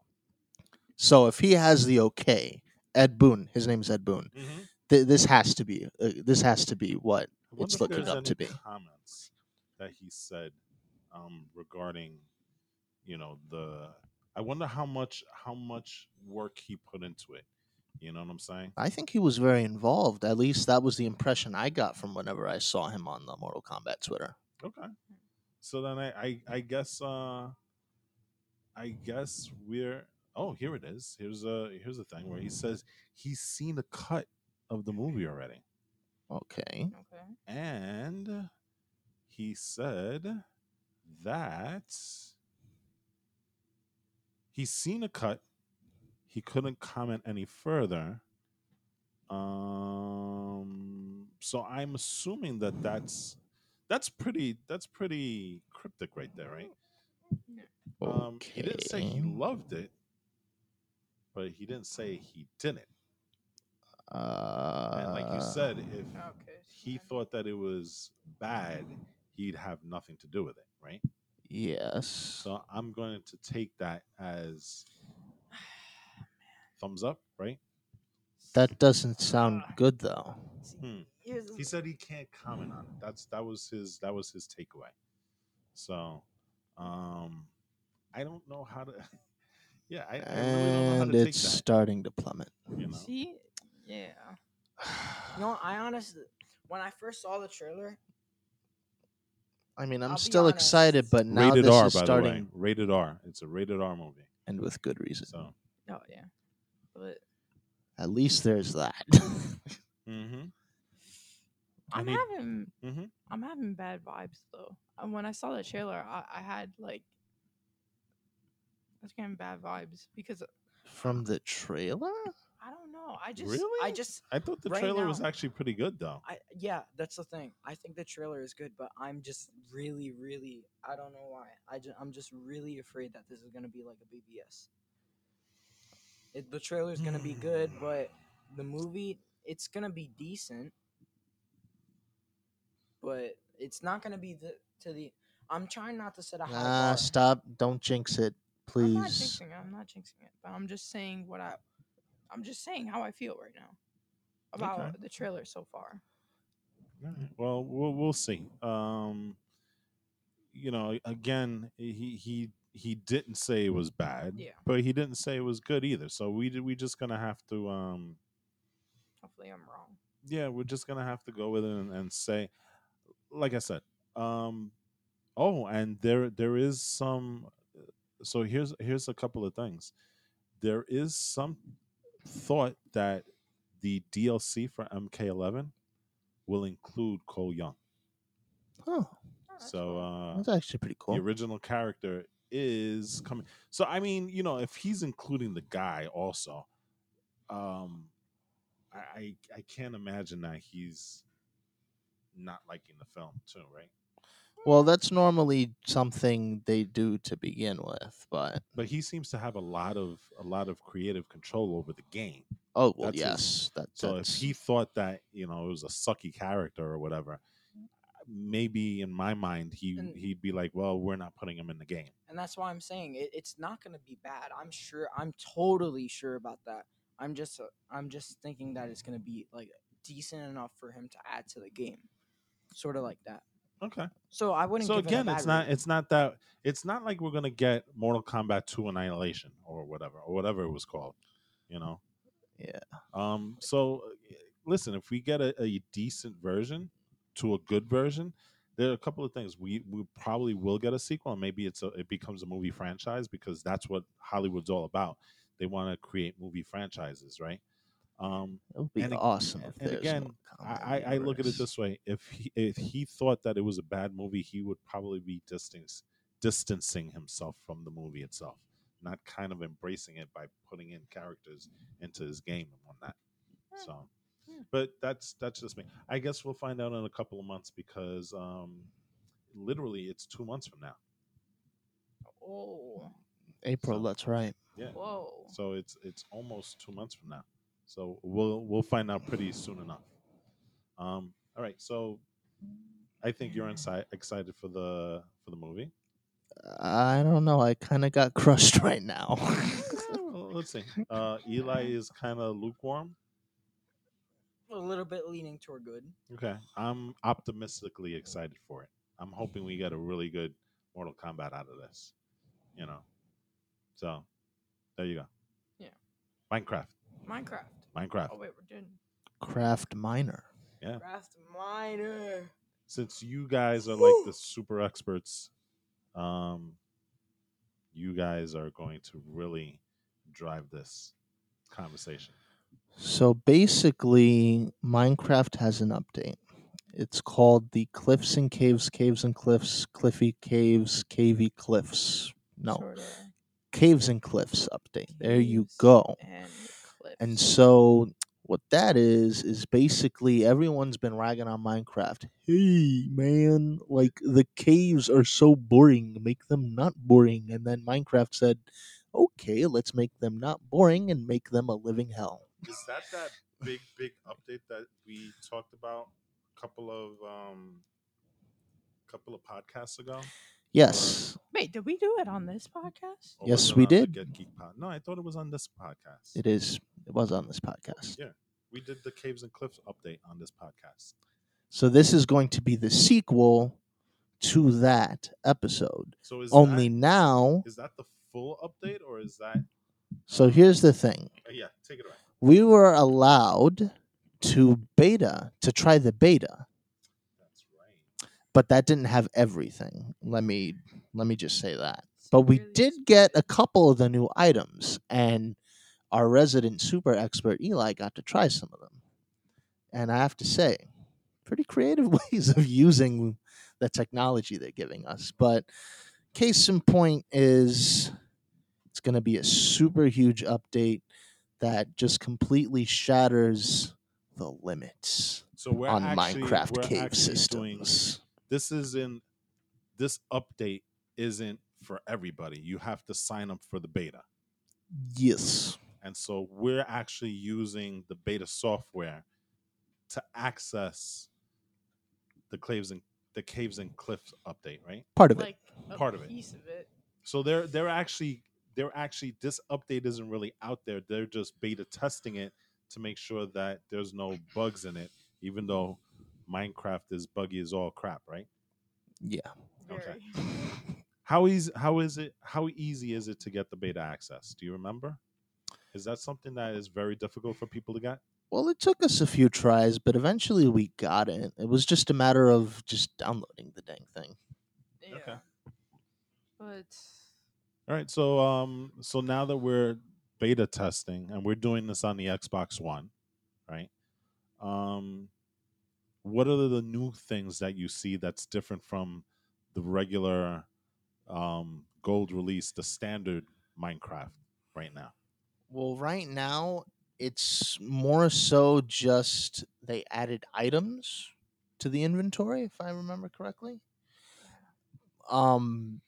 Speaker 2: So if he has the okay, Ed Boon. His name's Ed Boon.
Speaker 1: Mhm.
Speaker 2: Th- this has to be. Uh, this has to be what
Speaker 1: I wonder
Speaker 2: It's
Speaker 1: if
Speaker 2: looking
Speaker 1: there's
Speaker 2: up
Speaker 1: any
Speaker 2: to be.
Speaker 1: comments that he said um, regarding, you know, the. I wonder how much how much work he put into it. You know what I'm saying?
Speaker 2: I think he was very involved. At least that was the impression I got from whenever I saw him on the Mortal Kombat Twitter.
Speaker 1: Okay. So then I I, I guess uh, I guess we're oh here it is here's a here's a thing where he says he's seen a cut of the movie already
Speaker 2: Okay.
Speaker 4: okay.
Speaker 1: and he said that he's seen a cut. He couldn't comment any further. Um, so I'm assuming that that's that's pretty that's pretty cryptic right there, right? Um, he didn't say he
Speaker 2: Okay.
Speaker 1: loved it, but he didn't say he didn't.
Speaker 2: Uh,
Speaker 1: And like you said, if
Speaker 4: Okay.
Speaker 1: he thought that it was bad, he'd have nothing to do with it, right?
Speaker 2: Yes.
Speaker 1: So I'm going to take that as thumbs up, right?
Speaker 2: that doesn't sound good, though.
Speaker 1: Hmm. He said he can't comment on it. That's that was his that was his takeaway. So, um, I don't know how to. Yeah, I, I really don't know how
Speaker 2: and
Speaker 1: to take
Speaker 2: it's
Speaker 1: that.
Speaker 2: starting to plummet.
Speaker 1: You know?
Speaker 4: See, yeah. No, I honestly, when I first saw the trailer,
Speaker 2: I mean, I'm
Speaker 4: I'll be
Speaker 2: still excited,
Speaker 4: honest.
Speaker 2: but now
Speaker 1: rated
Speaker 2: this
Speaker 1: R,
Speaker 2: is
Speaker 1: by
Speaker 2: starting,
Speaker 1: the way. Rated R. It's a rated R movie.
Speaker 2: and with good reason.
Speaker 1: So,
Speaker 4: oh yeah, but
Speaker 2: At least there's that.
Speaker 1: mm-hmm. I
Speaker 3: I'm
Speaker 1: need-
Speaker 3: having
Speaker 1: Mhm.
Speaker 3: I'm having bad vibes though. And when I saw the trailer, I, I had like I was getting bad vibes because
Speaker 2: From the trailer,
Speaker 3: I don't know.
Speaker 4: no, I just, I
Speaker 1: Really?
Speaker 4: just,
Speaker 1: I thought the
Speaker 4: Right
Speaker 1: trailer was
Speaker 4: now-
Speaker 1: actually pretty good, though.
Speaker 4: I yeah, that's the thing. I think the trailer is good, but I'm just really, really, I don't know why. I just, I'm just really afraid that this is gonna be like a BBS. It, the trailer is gonna be good, but the movie, it's gonna be decent, but it's not gonna be the to the. I'm trying not to set a high
Speaker 2: ah,
Speaker 4: bar.
Speaker 2: stop! Don't jinx it,
Speaker 3: I'm not
Speaker 2: please.
Speaker 3: jinxing it. I'm not jinxing it, but I'm just saying what I I'm just saying how I feel right now about
Speaker 1: Okay.
Speaker 3: the trailer so far.
Speaker 1: All right. Well, we'll we'll see. Um, you know, again, he he he didn't say it was bad,
Speaker 3: Yeah.
Speaker 1: but he didn't say it was good either. So we d- we just gonna have to, um,
Speaker 3: Hopefully I'm wrong. Oh,
Speaker 1: yeah, we're just gonna have to go with it and, and say, like I said, um, oh, and there there is some. So here's here's a couple of things. There is some thought that the DLC for MK11 will include Cole Young.
Speaker 2: Oh,
Speaker 3: Oh, that's
Speaker 1: So
Speaker 3: fine.
Speaker 1: uh,
Speaker 2: that's actually pretty cool.
Speaker 1: the original character is coming. So I mean, you know, if he's including the guy also, um, I I, I can't imagine that he's not liking the film too, right?
Speaker 2: Well, that's normally something they do to begin with, but
Speaker 1: But he seems to have a lot of a lot of creative control over the game.
Speaker 2: oh well,
Speaker 1: That's his-
Speaker 2: yes, that,
Speaker 1: So
Speaker 2: that's
Speaker 1: if he thought that you know it was a sucky character or whatever,
Speaker 3: Mm.
Speaker 1: maybe in my mind he
Speaker 4: And-
Speaker 1: he'd be like, well, we're not putting him in the game.
Speaker 4: and that's why I'm saying it, it's not going to be bad. I'm sure. I'm totally sure about that. I'm just uh, I'm just thinking that it's going to be like decent enough for him to add to the game, sort of like that.
Speaker 1: Okay.
Speaker 4: So I wouldn't.
Speaker 1: so
Speaker 4: give
Speaker 1: again
Speaker 4: it a
Speaker 1: it's
Speaker 4: bad
Speaker 1: not
Speaker 4: rating.
Speaker 1: it's not that it's not like we're gonna get mortal kombat 2 annihilation or whatever or whatever it was called you know
Speaker 2: Yeah.
Speaker 1: um so uh, listen if we get a, a decent version to a good version there are a couple of things we we probably will get a sequel and maybe it's a it becomes a movie franchise because that's what hollywood's all about they want to create movie franchises right um
Speaker 2: it would be
Speaker 1: and ag-
Speaker 2: awesome. if
Speaker 1: and
Speaker 2: there's
Speaker 1: again,
Speaker 2: more Kombat
Speaker 1: I, I, I look at it
Speaker 2: universe.
Speaker 1: this way: if he if he thought that it was a bad movie, he would probably be distance, distancing himself from the movie itself. not kind of embracing it by putting in characters into his game and whatnot.
Speaker 3: Hmm.
Speaker 1: So,
Speaker 3: Yeah.
Speaker 1: but that's that's just me. I guess we'll find out in a couple of months because um, literally it's two months from now.
Speaker 3: Oh,
Speaker 2: April,
Speaker 1: So-
Speaker 2: that's right.
Speaker 1: Yeah.
Speaker 3: whoa.
Speaker 1: So it's it's almost two months from now. So we'll we'll find out pretty soon enough. Um. All right. So I think you're inside, excited for the for the movie.
Speaker 2: I don't know. I kind of got crushed right now.
Speaker 1: Yeah, well, let's see. Uh, Eli is kind of lukewarm.
Speaker 4: A little bit leaning toward good.
Speaker 1: Okay. I'm optimistically excited for it. I'm hoping we get a really good Mortal Kombat out of this. You know. So there you go.
Speaker 3: Yeah.
Speaker 1: Minecraft.
Speaker 3: Minecraft.
Speaker 1: Minecraft.
Speaker 3: Oh wait, we're doing
Speaker 2: Craft Minor.
Speaker 1: Yeah.
Speaker 4: Craft Minor.
Speaker 1: Since you guys are like the super experts, um you guys are going to really drive this conversation.
Speaker 2: So basically, Minecraft has an update. It's called the Cliffs and Caves, Caves and Cliffs, Cliffy Caves, Cavey Cliffs. No,
Speaker 3: sorta
Speaker 2: Caves and Cliffs update. There you
Speaker 3: caves
Speaker 2: go.
Speaker 3: And cliffs.
Speaker 2: And so what that is is basically everyone's been ragging on Minecraft. Hey man, like the caves are so boring, make them not boring. And then Minecraft said, "Okay, let's make them not boring and make them a living hell."
Speaker 1: Is that that big big update that we talked about a couple of um couple of podcasts ago?
Speaker 2: Yes.
Speaker 3: wait, did we do it on this podcast?
Speaker 1: Or
Speaker 2: Yes,
Speaker 1: was it
Speaker 2: we
Speaker 1: on the
Speaker 2: did.
Speaker 1: Get Geek pod? No, I thought it was on this podcast.
Speaker 2: It is it was on this podcast.
Speaker 1: Yeah. We did the Caves and Cliffs update on this podcast.
Speaker 2: So this is going to be the sequel to that episode.
Speaker 1: So is
Speaker 2: Only
Speaker 1: that,
Speaker 2: now,
Speaker 1: is that the full update or is that
Speaker 2: so here's the thing.
Speaker 1: uh, yeah, take it away.
Speaker 2: we were allowed to beta to try the beta
Speaker 1: That's right.
Speaker 2: but that didn't have everything let me let me just say that
Speaker 3: It's
Speaker 2: but we
Speaker 3: really
Speaker 2: did
Speaker 3: stupid.
Speaker 2: get a couple of the new items and our resident super expert eli got to try some of them and i have to say pretty creative ways of using the technology they're giving us but case in point is it's going to be a super huge update that just completely shatters the limits
Speaker 1: So we're
Speaker 2: on
Speaker 1: actually
Speaker 2: Minecraft
Speaker 1: we're
Speaker 2: cave
Speaker 1: actually doing
Speaker 2: systems.
Speaker 1: this is in this update isn't for everybody. You have to sign up for the beta.
Speaker 2: Yes.
Speaker 1: And so we're actually using the beta software to access the caves and the caves and cliffs update, right?
Speaker 2: Part of it.
Speaker 3: like a
Speaker 1: Part of it.
Speaker 3: piece of it.
Speaker 1: So they're they're actually they're actually this update isn't really out there. They're just beta testing it to make sure that there's no bugs in it, even though Minecraft is buggy as all crap, right?
Speaker 2: Yeah.
Speaker 1: Okay.
Speaker 3: Very.
Speaker 1: How easy how is it how easy is it to get the beta access? Do you remember? Is that something that is very difficult for people to get?
Speaker 2: Well, it took us a few tries, but eventually we got it. It was just a matter of just downloading the dang thing.
Speaker 3: Yeah. But
Speaker 1: All right, so um, so now that we're beta testing and we're doing this on the Xbox One, right? Um, what are the new things that you see that's different from the regular um, gold release, the standard Minecraft right now?
Speaker 2: Well, right now it's more so just they added items to the inventory, if I remember correctly. Um,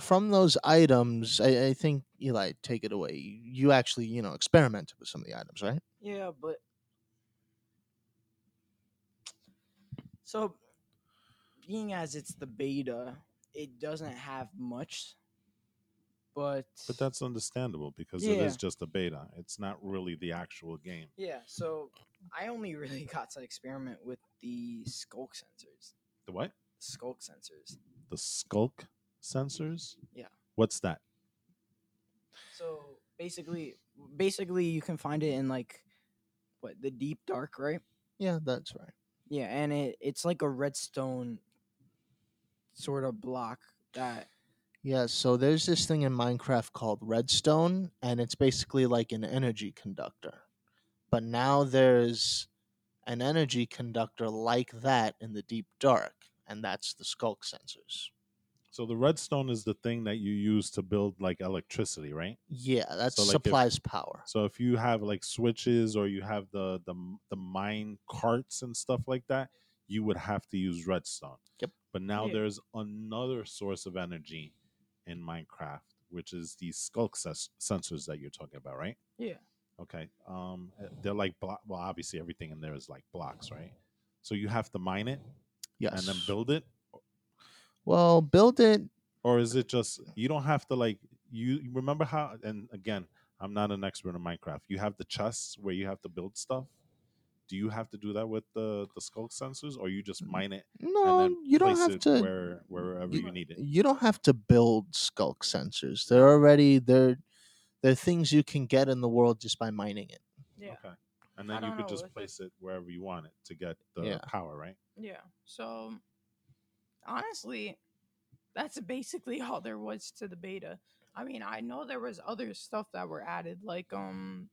Speaker 2: from those items, I, I think Eli, take it away. You you actually, you know, experimented with some of the items, right?
Speaker 4: Yeah, but so being as it's the beta, it doesn't have much. But
Speaker 1: But that's understandable because it
Speaker 4: Yeah.
Speaker 1: is just a beta; it's not really the actual game.
Speaker 4: yeah, so I only really got to experiment with the skulk sensors.
Speaker 1: The what?
Speaker 4: Skulk sensors.
Speaker 1: The skulk sensors?
Speaker 4: Yeah.
Speaker 1: What's that?
Speaker 4: So basically, basically you can find it in like what the deep dark, right?
Speaker 2: Yeah, that's right.
Speaker 4: Yeah, and it it's like a redstone sort of block that
Speaker 2: Yeah, so there's this thing in Minecraft called redstone, and it's basically like an energy conductor. But now there's an energy conductor like that in the deep dark, and that's the skulk sensors.
Speaker 1: So the redstone is the thing that you use to build like electricity, right?
Speaker 2: Yeah, that
Speaker 1: So, like, if-
Speaker 2: supplies power.
Speaker 1: So if you have like switches or you have the the m- the mine carts and stuff like that, you would have to use redstone.
Speaker 2: Yep.
Speaker 1: But now
Speaker 3: Yeah.
Speaker 1: there's another source of energy in Minecraft, which is these skulk ses- sensors that you're talking about, right?
Speaker 3: Yeah.
Speaker 1: Okay. Um, uh, they're like blo- well, obviously everything in there is like blocks, right? So you have to mine it
Speaker 2: Yes.
Speaker 1: and then build it,
Speaker 2: well, build it.
Speaker 1: or is it just you don't have to like you you remember how? And again, I'm not an expert in Minecraft. You have the chests where you have to build stuff. Do you have to do that with the the skulk sensors, or you just
Speaker 2: Mm.
Speaker 1: mine it
Speaker 2: No,
Speaker 1: and then
Speaker 2: you don't
Speaker 1: place
Speaker 2: have
Speaker 1: it
Speaker 2: to.
Speaker 1: where wherever you,
Speaker 2: you-
Speaker 1: need it?
Speaker 2: You don't have to build skulk sensors. They're already there. They're things you can get in the world just by mining it.
Speaker 3: Yeah.
Speaker 1: Okay,
Speaker 3: I
Speaker 1: and then you
Speaker 3: don't
Speaker 1: could
Speaker 3: know
Speaker 1: just
Speaker 3: if it-
Speaker 1: place it wherever you want it to get the
Speaker 2: Yeah.
Speaker 1: power, right?
Speaker 3: Yeah. So honestly, that's basically all there was to the beta. I mean, I know there was other stuff that were added, like um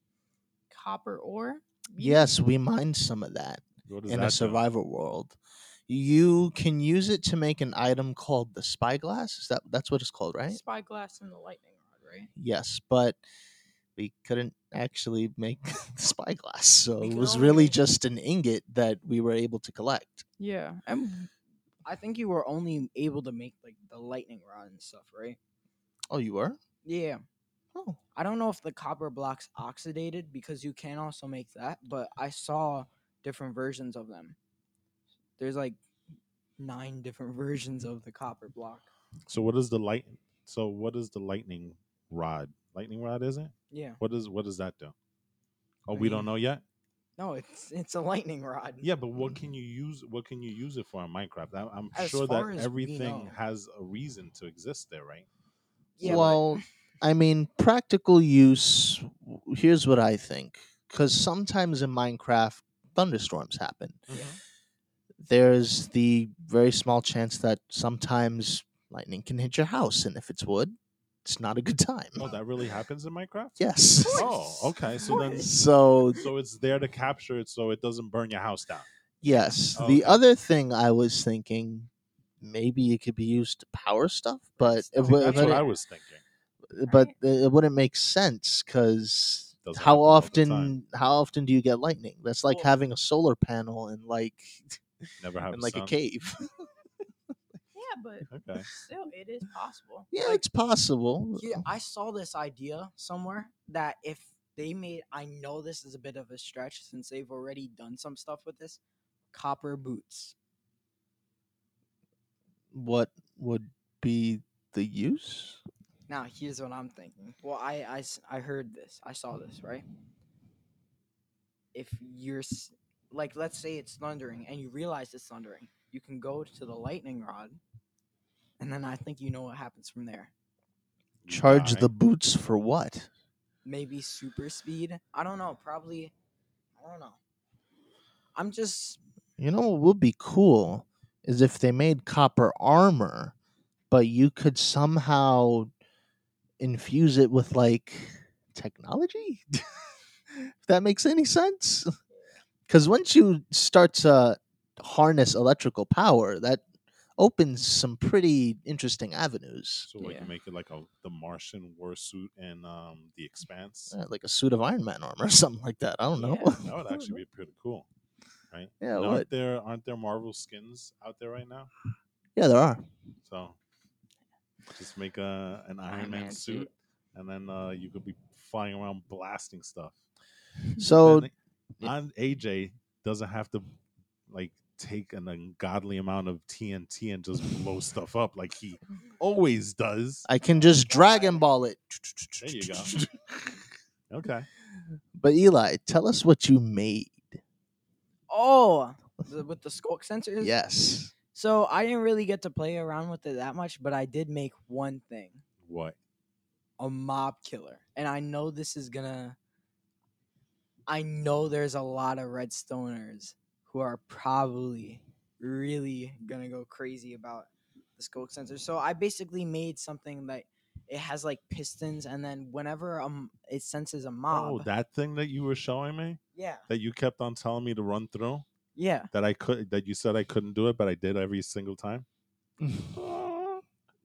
Speaker 3: copper ore.
Speaker 1: Mm.
Speaker 3: You-
Speaker 2: Yes, we mined some of that
Speaker 1: What does
Speaker 2: in
Speaker 1: that
Speaker 2: a
Speaker 1: do?
Speaker 2: survivor world. You can use it to make an item called the spyglass. Is that that's what it's called, right?
Speaker 3: Spyglass and the lightning rod, right?
Speaker 2: Yes, but we couldn't actually make the spyglass. So
Speaker 4: We
Speaker 2: it
Speaker 4: could
Speaker 2: was
Speaker 4: only
Speaker 2: really
Speaker 4: make-
Speaker 2: just an ingot that we were able to collect.
Speaker 3: Yeah. And
Speaker 4: I think you were only able to make like the lightning rod and stuff, right?
Speaker 2: Oh, you were?
Speaker 4: Yeah.
Speaker 2: Oh.
Speaker 4: I don't know if the copper blocks oxidated because you can also make that, but I saw different versions of them. There's like nine different versions of the copper block.
Speaker 1: So what is the light? So what is the lightning rod? Lightning rod is it?
Speaker 4: Yeah.
Speaker 1: What does what does that do? Oh,
Speaker 4: I
Speaker 1: we don't
Speaker 4: mean-
Speaker 1: know yet.
Speaker 4: No, it's it's a lightning rod.
Speaker 1: Yeah, but what can you use? What can you use it for in Minecraft? I, I'm
Speaker 4: As
Speaker 1: sure
Speaker 4: far
Speaker 1: that
Speaker 4: as we
Speaker 1: everything
Speaker 4: know.
Speaker 1: has a reason to exist there, right?
Speaker 4: Yeah, but-
Speaker 2: well, I mean, practical use. w- Here's what I think. Because sometimes in Minecraft, thunderstorms happen. There's the very small chance that sometimes lightning can hit your house, and if it's wood, it's not a good time.
Speaker 1: Oh, that really happens in Minecraft.
Speaker 2: yes.
Speaker 1: Oh, okay. So then,
Speaker 2: So
Speaker 1: so it's there to capture it, so it doesn't burn your house down.
Speaker 2: yes,
Speaker 1: Oh,
Speaker 2: the
Speaker 1: okay.
Speaker 2: other thing I was thinking, maybe it could be used to power stuff, but
Speaker 4: stuff.
Speaker 2: it,
Speaker 1: I think
Speaker 2: wou-
Speaker 4: I
Speaker 1: that's
Speaker 2: but
Speaker 1: what
Speaker 2: it,
Speaker 1: I was thinking.
Speaker 2: but it wouldn't make sense because
Speaker 1: Doesn't
Speaker 2: how
Speaker 1: happen all the time.
Speaker 2: often how often do you get lightning? That's like
Speaker 4: Well-
Speaker 2: having a solar panel and like
Speaker 1: Never have
Speaker 2: and like a
Speaker 1: sun.
Speaker 2: cave.
Speaker 3: yeah, but
Speaker 1: Okay.
Speaker 3: still it is possible.
Speaker 2: yeah,
Speaker 4: Like,
Speaker 2: it's possible.
Speaker 4: Yeah, I saw this idea somewhere that if they made, I know this is a bit of a stretch since they've already done some stuff with this, copper boots.
Speaker 2: What would be the use?
Speaker 4: Now, here's what I'm thinking. Well, I, I s- I heard this. I saw this, right? If you're s- like, let's say it's thundering and you realize it's thundering, you can go to the lightning rod, and then I think you know what happens from there.
Speaker 1: You
Speaker 2: Charge
Speaker 1: die.
Speaker 2: the boots for what?
Speaker 4: Maybe super speed. I don't know. Probably, I don't know. I'm just
Speaker 2: You know what would be cool is if they made copper armor, but you could somehow infuse it with like technology. if that makes any sense. Because once you start to harness electrical power, that opens some pretty interesting avenues.
Speaker 1: So like
Speaker 3: Yeah.
Speaker 1: you make it like a the Martian warsuit and um the Expanse.
Speaker 2: Uh, Like a suit of Iron Man armor or something like that. I don't know.
Speaker 3: Yeah.
Speaker 1: That would actually be pretty cool, right?
Speaker 2: Yeah, it
Speaker 1: And
Speaker 2: would.
Speaker 1: aren't there aren't there Marvel skins out there right now?
Speaker 2: yeah, there are.
Speaker 1: So just make a an Iron, Man, suit, and then uh, you could be flying around blasting stuff.
Speaker 4: Oh,
Speaker 2: So
Speaker 1: And
Speaker 2: yeah.
Speaker 1: on AJ doesn't have to like take an ungodly amount of TNT and just blow stuff up like he always does.
Speaker 2: I can just Dragon Ball it.
Speaker 1: There you go. Okay.
Speaker 2: But Eli, tell us what you made.
Speaker 4: oh the, with the skulk sensors.
Speaker 2: Yes.
Speaker 4: So I didn't really get to play around with it that much, but I did make one thing:
Speaker 1: What?
Speaker 4: a mob killer. And I know this is gonna. I know there's a lot of redstoners who are probably really gonna go crazy about the skulk sensor. So I basically made something that it has like pistons, and then whenever um it senses a mob,
Speaker 1: Oh, that thing that you were showing me
Speaker 4: yeah,
Speaker 1: that you kept on telling me to run through
Speaker 4: yeah,
Speaker 1: that I could that you said I couldn't do it, but I did every single time.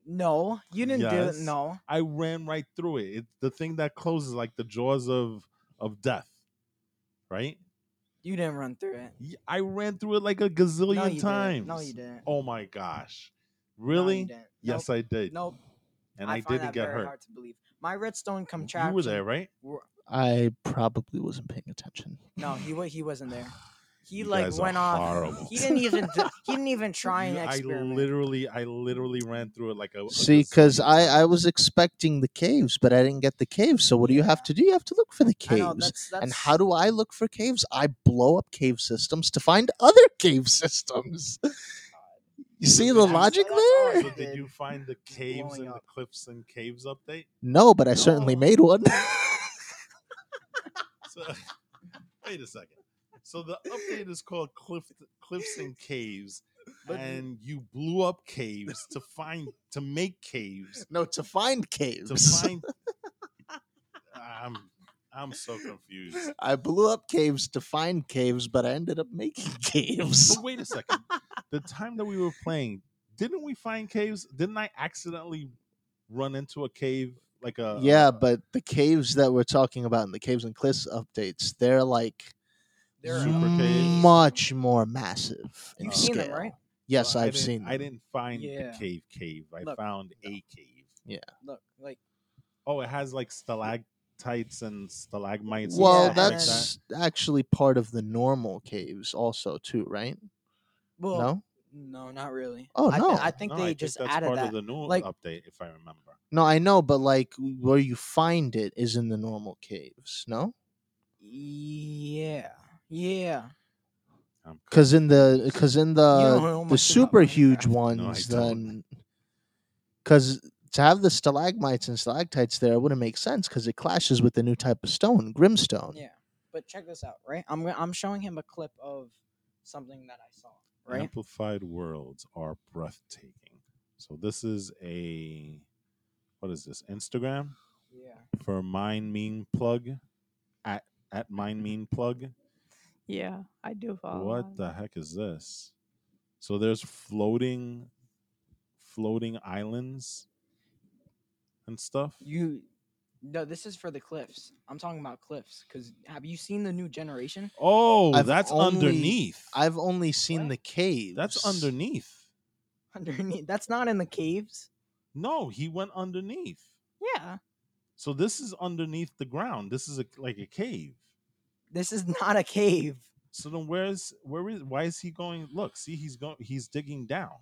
Speaker 4: No, you didn't
Speaker 1: Yes.
Speaker 4: do it. No,
Speaker 1: I ran right through it. It's the thing that closes like the jaws of of death, right?
Speaker 4: you didn't run through it.
Speaker 1: Y- I ran through it like a
Speaker 4: no,
Speaker 1: gazillion
Speaker 4: you
Speaker 1: times.
Speaker 4: Didn't. No, you didn't.
Speaker 1: Oh my gosh,
Speaker 4: No, you
Speaker 1: really?
Speaker 4: didn't.
Speaker 1: yes,
Speaker 4: Nope.
Speaker 1: I did,
Speaker 4: Nope.
Speaker 1: and
Speaker 4: I,
Speaker 1: I,
Speaker 4: find
Speaker 1: didn't
Speaker 4: that
Speaker 1: get
Speaker 4: very
Speaker 1: hurt.
Speaker 4: hard to believe. My redstone
Speaker 1: You
Speaker 4: contraption.
Speaker 1: were there, right?
Speaker 4: were-
Speaker 2: I probably wasn't paying attention.
Speaker 4: No, he wa- he wasn't there. He
Speaker 1: You
Speaker 4: like
Speaker 1: guys are
Speaker 4: went off.
Speaker 1: horrible.
Speaker 4: He didn't even d- he didn't even try and
Speaker 1: You- I
Speaker 4: experiment.
Speaker 1: literally, I literally ran through it like a. a
Speaker 2: See, because
Speaker 1: gazillion
Speaker 2: I, I
Speaker 1: times.
Speaker 2: was expecting the caves, but I didn't get the caves. So what do you have
Speaker 4: Yeah.
Speaker 2: to do? You have to look for the
Speaker 4: I know,
Speaker 2: caves.
Speaker 4: that's, that's,
Speaker 2: And how do I look for caves? I blow up cave systems to find other cave systems. You see the
Speaker 1: That's-
Speaker 2: logic
Speaker 4: that's all
Speaker 2: there?
Speaker 4: I
Speaker 1: So did
Speaker 4: did.
Speaker 1: you find the caves
Speaker 4: blowing
Speaker 1: and the
Speaker 4: up.
Speaker 1: cliffs and caves update?
Speaker 2: No, but I certainly
Speaker 4: No.
Speaker 2: made one.
Speaker 1: So, wait a second. So the update is called Cliff, Cliffs and Caves,
Speaker 4: But-
Speaker 1: and you blew up caves to find to make caves
Speaker 2: no, to find
Speaker 1: to
Speaker 2: caves.
Speaker 1: find. I'm I'm so confused.
Speaker 2: I blew up caves to find caves, but I ended up making caves.
Speaker 1: But wait a second. The time that we were playing, didn't we find caves? Didn't I accidentally run into a cave like a
Speaker 2: yeah,
Speaker 1: a-
Speaker 2: but the caves that we're talking about in the caves and cliffs updates, they're like
Speaker 4: There are
Speaker 1: Super
Speaker 4: other
Speaker 1: caves.
Speaker 2: much more massive. in
Speaker 4: You've seen them,
Speaker 2: scale.
Speaker 4: right?
Speaker 2: Yes,
Speaker 1: Well, I
Speaker 2: I've
Speaker 1: didn't-
Speaker 2: seen.
Speaker 1: I
Speaker 2: them.
Speaker 1: didn't find
Speaker 4: Yeah.
Speaker 1: the cave cave. I
Speaker 4: Look,
Speaker 1: found a cave.
Speaker 4: Look, like
Speaker 1: Oh, it has like stalactites and stalagmites. and
Speaker 2: Well,
Speaker 1: stuff like that.
Speaker 2: that's actually part of the normal caves, also, too, right?
Speaker 4: well,
Speaker 2: no,
Speaker 4: no, not really.
Speaker 2: Oh,
Speaker 4: I thi-
Speaker 2: no.
Speaker 4: I think
Speaker 1: No,
Speaker 4: they
Speaker 1: I
Speaker 4: just
Speaker 1: that's
Speaker 4: added
Speaker 1: part
Speaker 4: that.
Speaker 1: of the new
Speaker 4: like-
Speaker 1: update, if I remember.
Speaker 2: no, I know, but like where you find it is in the normal caves, no?
Speaker 4: yeah, yeah.
Speaker 1: I'm c-
Speaker 2: Because in the because in
Speaker 1: Uh,
Speaker 4: you
Speaker 2: the
Speaker 4: know
Speaker 2: the super huge
Speaker 1: No, I
Speaker 2: ones,
Speaker 1: don't.
Speaker 2: then because to have the stalagmites and stalactites there it wouldn't make sense because it clashes with the new type of stone, grimstone.
Speaker 4: Yeah, but check this out, right? I'm gonna- I'm showing him a clip of something that I saw, right?
Speaker 1: Amplified worlds are breathtaking. So this is a what is this? Instagram
Speaker 4: Yeah.
Speaker 1: for mine mean plug at at mine mean plug.
Speaker 3: Yeah, I do follow.
Speaker 2: Um,
Speaker 1: What the heck is this? So there's floating floating islands and stuff.
Speaker 4: You. No, this is for the cliffs. I'm talking about cliffs. Cause have you seen the new generation?
Speaker 1: Oh,
Speaker 2: I've
Speaker 1: that's
Speaker 2: only-
Speaker 1: underneath.
Speaker 2: I've only seen
Speaker 4: What?
Speaker 2: the caves.
Speaker 1: that's underneath.
Speaker 4: Underneath, that's not in the caves.
Speaker 1: No, he went underneath.
Speaker 3: Yeah,
Speaker 1: So this is underneath the ground. This is a, like a cave.
Speaker 4: This is not a cave.
Speaker 1: So then where's where is why is he going? Look, see he's going he's digging down.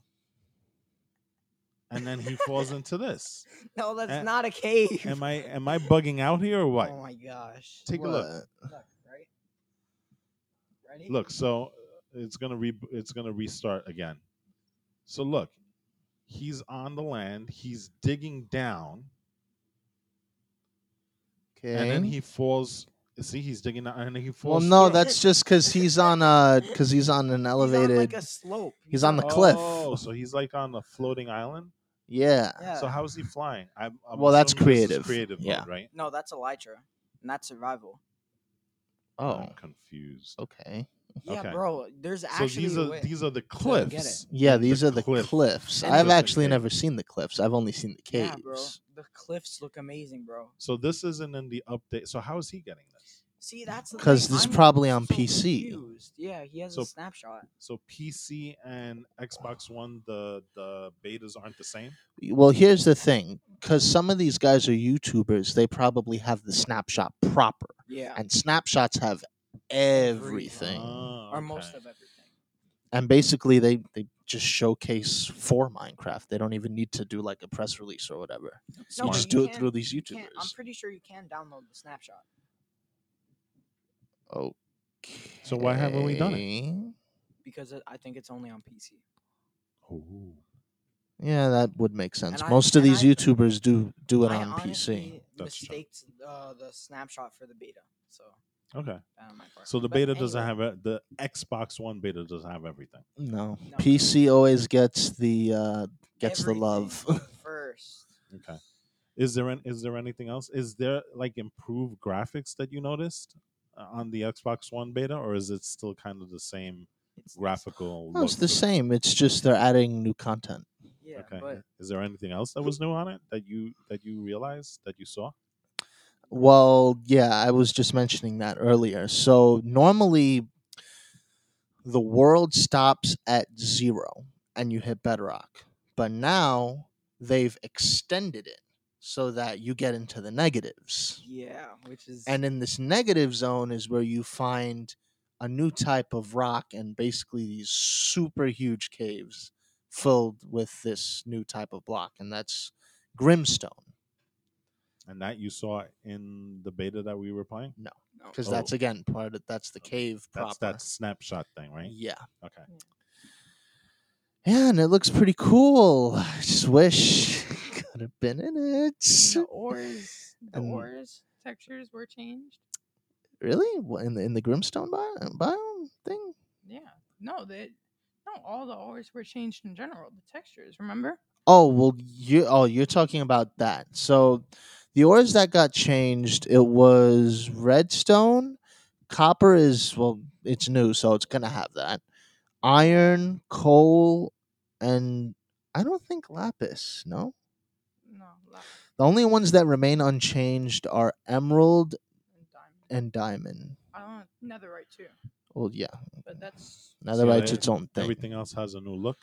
Speaker 1: And then he falls into this.
Speaker 4: No, that's
Speaker 1: Eh,
Speaker 4: not a cave.
Speaker 1: Am I am I bugging out here or what?
Speaker 4: Oh my gosh.
Speaker 1: Take a
Speaker 2: uh,
Speaker 1: look.
Speaker 4: Look, right? Ready?
Speaker 1: Look, so it's going to re it's going to restart again. So look, he's on the land, he's digging down,
Speaker 2: Okay.
Speaker 1: and then he falls See, he's digging, down, and then he
Speaker 2: Eh? well,
Speaker 1: falls.
Speaker 2: no,
Speaker 1: through.
Speaker 2: that's just because he's on a because he's on an elevated.
Speaker 4: He's on like a slope.
Speaker 2: he's on the
Speaker 4: not-
Speaker 2: cliff.
Speaker 1: Oh, so he's like on a floating island.
Speaker 2: yeah.
Speaker 4: Yeah.
Speaker 1: So how is he flying? I'm, I'm
Speaker 2: Well, that's
Speaker 1: assuming this is
Speaker 2: creative.
Speaker 1: creative, mode,
Speaker 2: Yeah.
Speaker 1: right?
Speaker 4: no, that's Elytra. And that's survival.
Speaker 2: Oh.
Speaker 1: I'm confused.
Speaker 2: Okay.
Speaker 4: Yeah,
Speaker 1: Okay.
Speaker 4: bro. There's
Speaker 1: So
Speaker 4: actually
Speaker 1: these
Speaker 4: a
Speaker 1: are
Speaker 4: way.
Speaker 1: these are the
Speaker 4: get
Speaker 1: cliffs.
Speaker 2: Yeah,
Speaker 1: and
Speaker 2: these are the
Speaker 1: cliff.
Speaker 2: cliffs.
Speaker 4: And
Speaker 2: I've
Speaker 1: there's a
Speaker 2: actually
Speaker 1: cave.
Speaker 2: never seen the cliffs. I've only seen the caves.
Speaker 4: Yeah, bro. The cliffs look amazing, bro.
Speaker 1: So this isn't in the update. So how is he getting this?
Speaker 4: See, that's the thing,
Speaker 2: 'Cause it's
Speaker 4: I'm
Speaker 2: probably on
Speaker 4: so
Speaker 2: PC.
Speaker 4: confused. Yeah, he has
Speaker 1: So-
Speaker 4: a snapshot.
Speaker 1: So PC and Xbox One, the the betas aren't the same.
Speaker 2: Well, here's the thing because some of these guys are YouTubers, they probably have the snapshot proper,
Speaker 4: Yeah.
Speaker 2: and snapshots have everything.
Speaker 4: Uh-huh.
Speaker 1: Oh,
Speaker 4: Or most
Speaker 1: okay.
Speaker 4: of everything.
Speaker 2: and basically, they, they just showcase for Minecraft. They don't even need to do like a press release or whatever.
Speaker 4: No,
Speaker 2: You
Speaker 4: but
Speaker 1: Smart.
Speaker 2: just do it
Speaker 4: can't-
Speaker 2: through these
Speaker 4: Oh, you can't- I'm
Speaker 2: YouTubers.
Speaker 4: pretty sure you can download the snapshot.
Speaker 2: Okay.
Speaker 1: So why haven't we done it?
Speaker 4: Because it, I think it's only on PC.
Speaker 1: Ooh.
Speaker 2: Yeah, that would make sense.
Speaker 4: I-
Speaker 2: Most of
Speaker 4: and
Speaker 2: these
Speaker 4: I-
Speaker 2: YouTubers do do it
Speaker 4: I
Speaker 2: on PC.
Speaker 4: honestly
Speaker 1: That's true.
Speaker 4: mistaked uh, the snapshot for the beta. So,
Speaker 1: Okay.
Speaker 4: bad on my part.
Speaker 1: So the
Speaker 4: But
Speaker 1: beta doesn't
Speaker 4: anyway,
Speaker 1: have a, the Xbox One beta doesn't have everything.
Speaker 2: No,
Speaker 4: No.
Speaker 2: PC always gets the uh, gets the
Speaker 4: everything
Speaker 2: love.
Speaker 4: first.
Speaker 1: Okay. Is there an, is there anything else? Is there like improved graphics that you noticed uh, on the Xbox One beta, or is it still kind of the same
Speaker 4: It's
Speaker 1: graphical?
Speaker 2: No, Oh, it's
Speaker 1: look
Speaker 2: the
Speaker 1: to it?
Speaker 2: same. It's just they're adding new content.
Speaker 4: Yeah, Yeah,
Speaker 1: okay.
Speaker 4: but
Speaker 1: Is there anything else that was new on it that you that you realized that you saw?
Speaker 2: Well, yeah, I was just mentioning that earlier. So normally the world stops at zero and you hit bedrock. But now they've extended it so that you get into the negatives.
Speaker 4: yeah, which is
Speaker 2: And in this negative zone is where you find a new type of rock and basically these super huge caves filled with this new type of block. And that's Grimstone.
Speaker 1: And that you saw in the beta that we were playing?
Speaker 3: No.
Speaker 2: Because
Speaker 1: Oh.
Speaker 2: that's again part of that's the cave proper.
Speaker 1: That's that snapshot thing, right?
Speaker 2: Yeah.
Speaker 1: Okay.
Speaker 2: Yeah, and it looks pretty cool. I just wish could have been in it.
Speaker 3: The ores, the
Speaker 2: And-
Speaker 3: ores textures were changed.
Speaker 2: Really? What, in the in the Grimstone bi- biome thing?
Speaker 3: Yeah. No, that no, all the ores were changed in general. The textures, remember?
Speaker 2: Oh well, you oh you're talking about that. So the ores that got changed, it was redstone. Copper is well, it's new, so it's gonna have that. Iron, coal, and I don't think lapis. No,
Speaker 3: No, la-
Speaker 2: the only ones that remain unchanged are emerald
Speaker 3: and diamond.
Speaker 2: and diamond.
Speaker 3: I don't know netherite too,
Speaker 2: Well, yeah,
Speaker 3: but that's
Speaker 2: netherite's
Speaker 1: they-
Speaker 2: its own
Speaker 1: e,
Speaker 2: thing
Speaker 1: Everything else has a new look.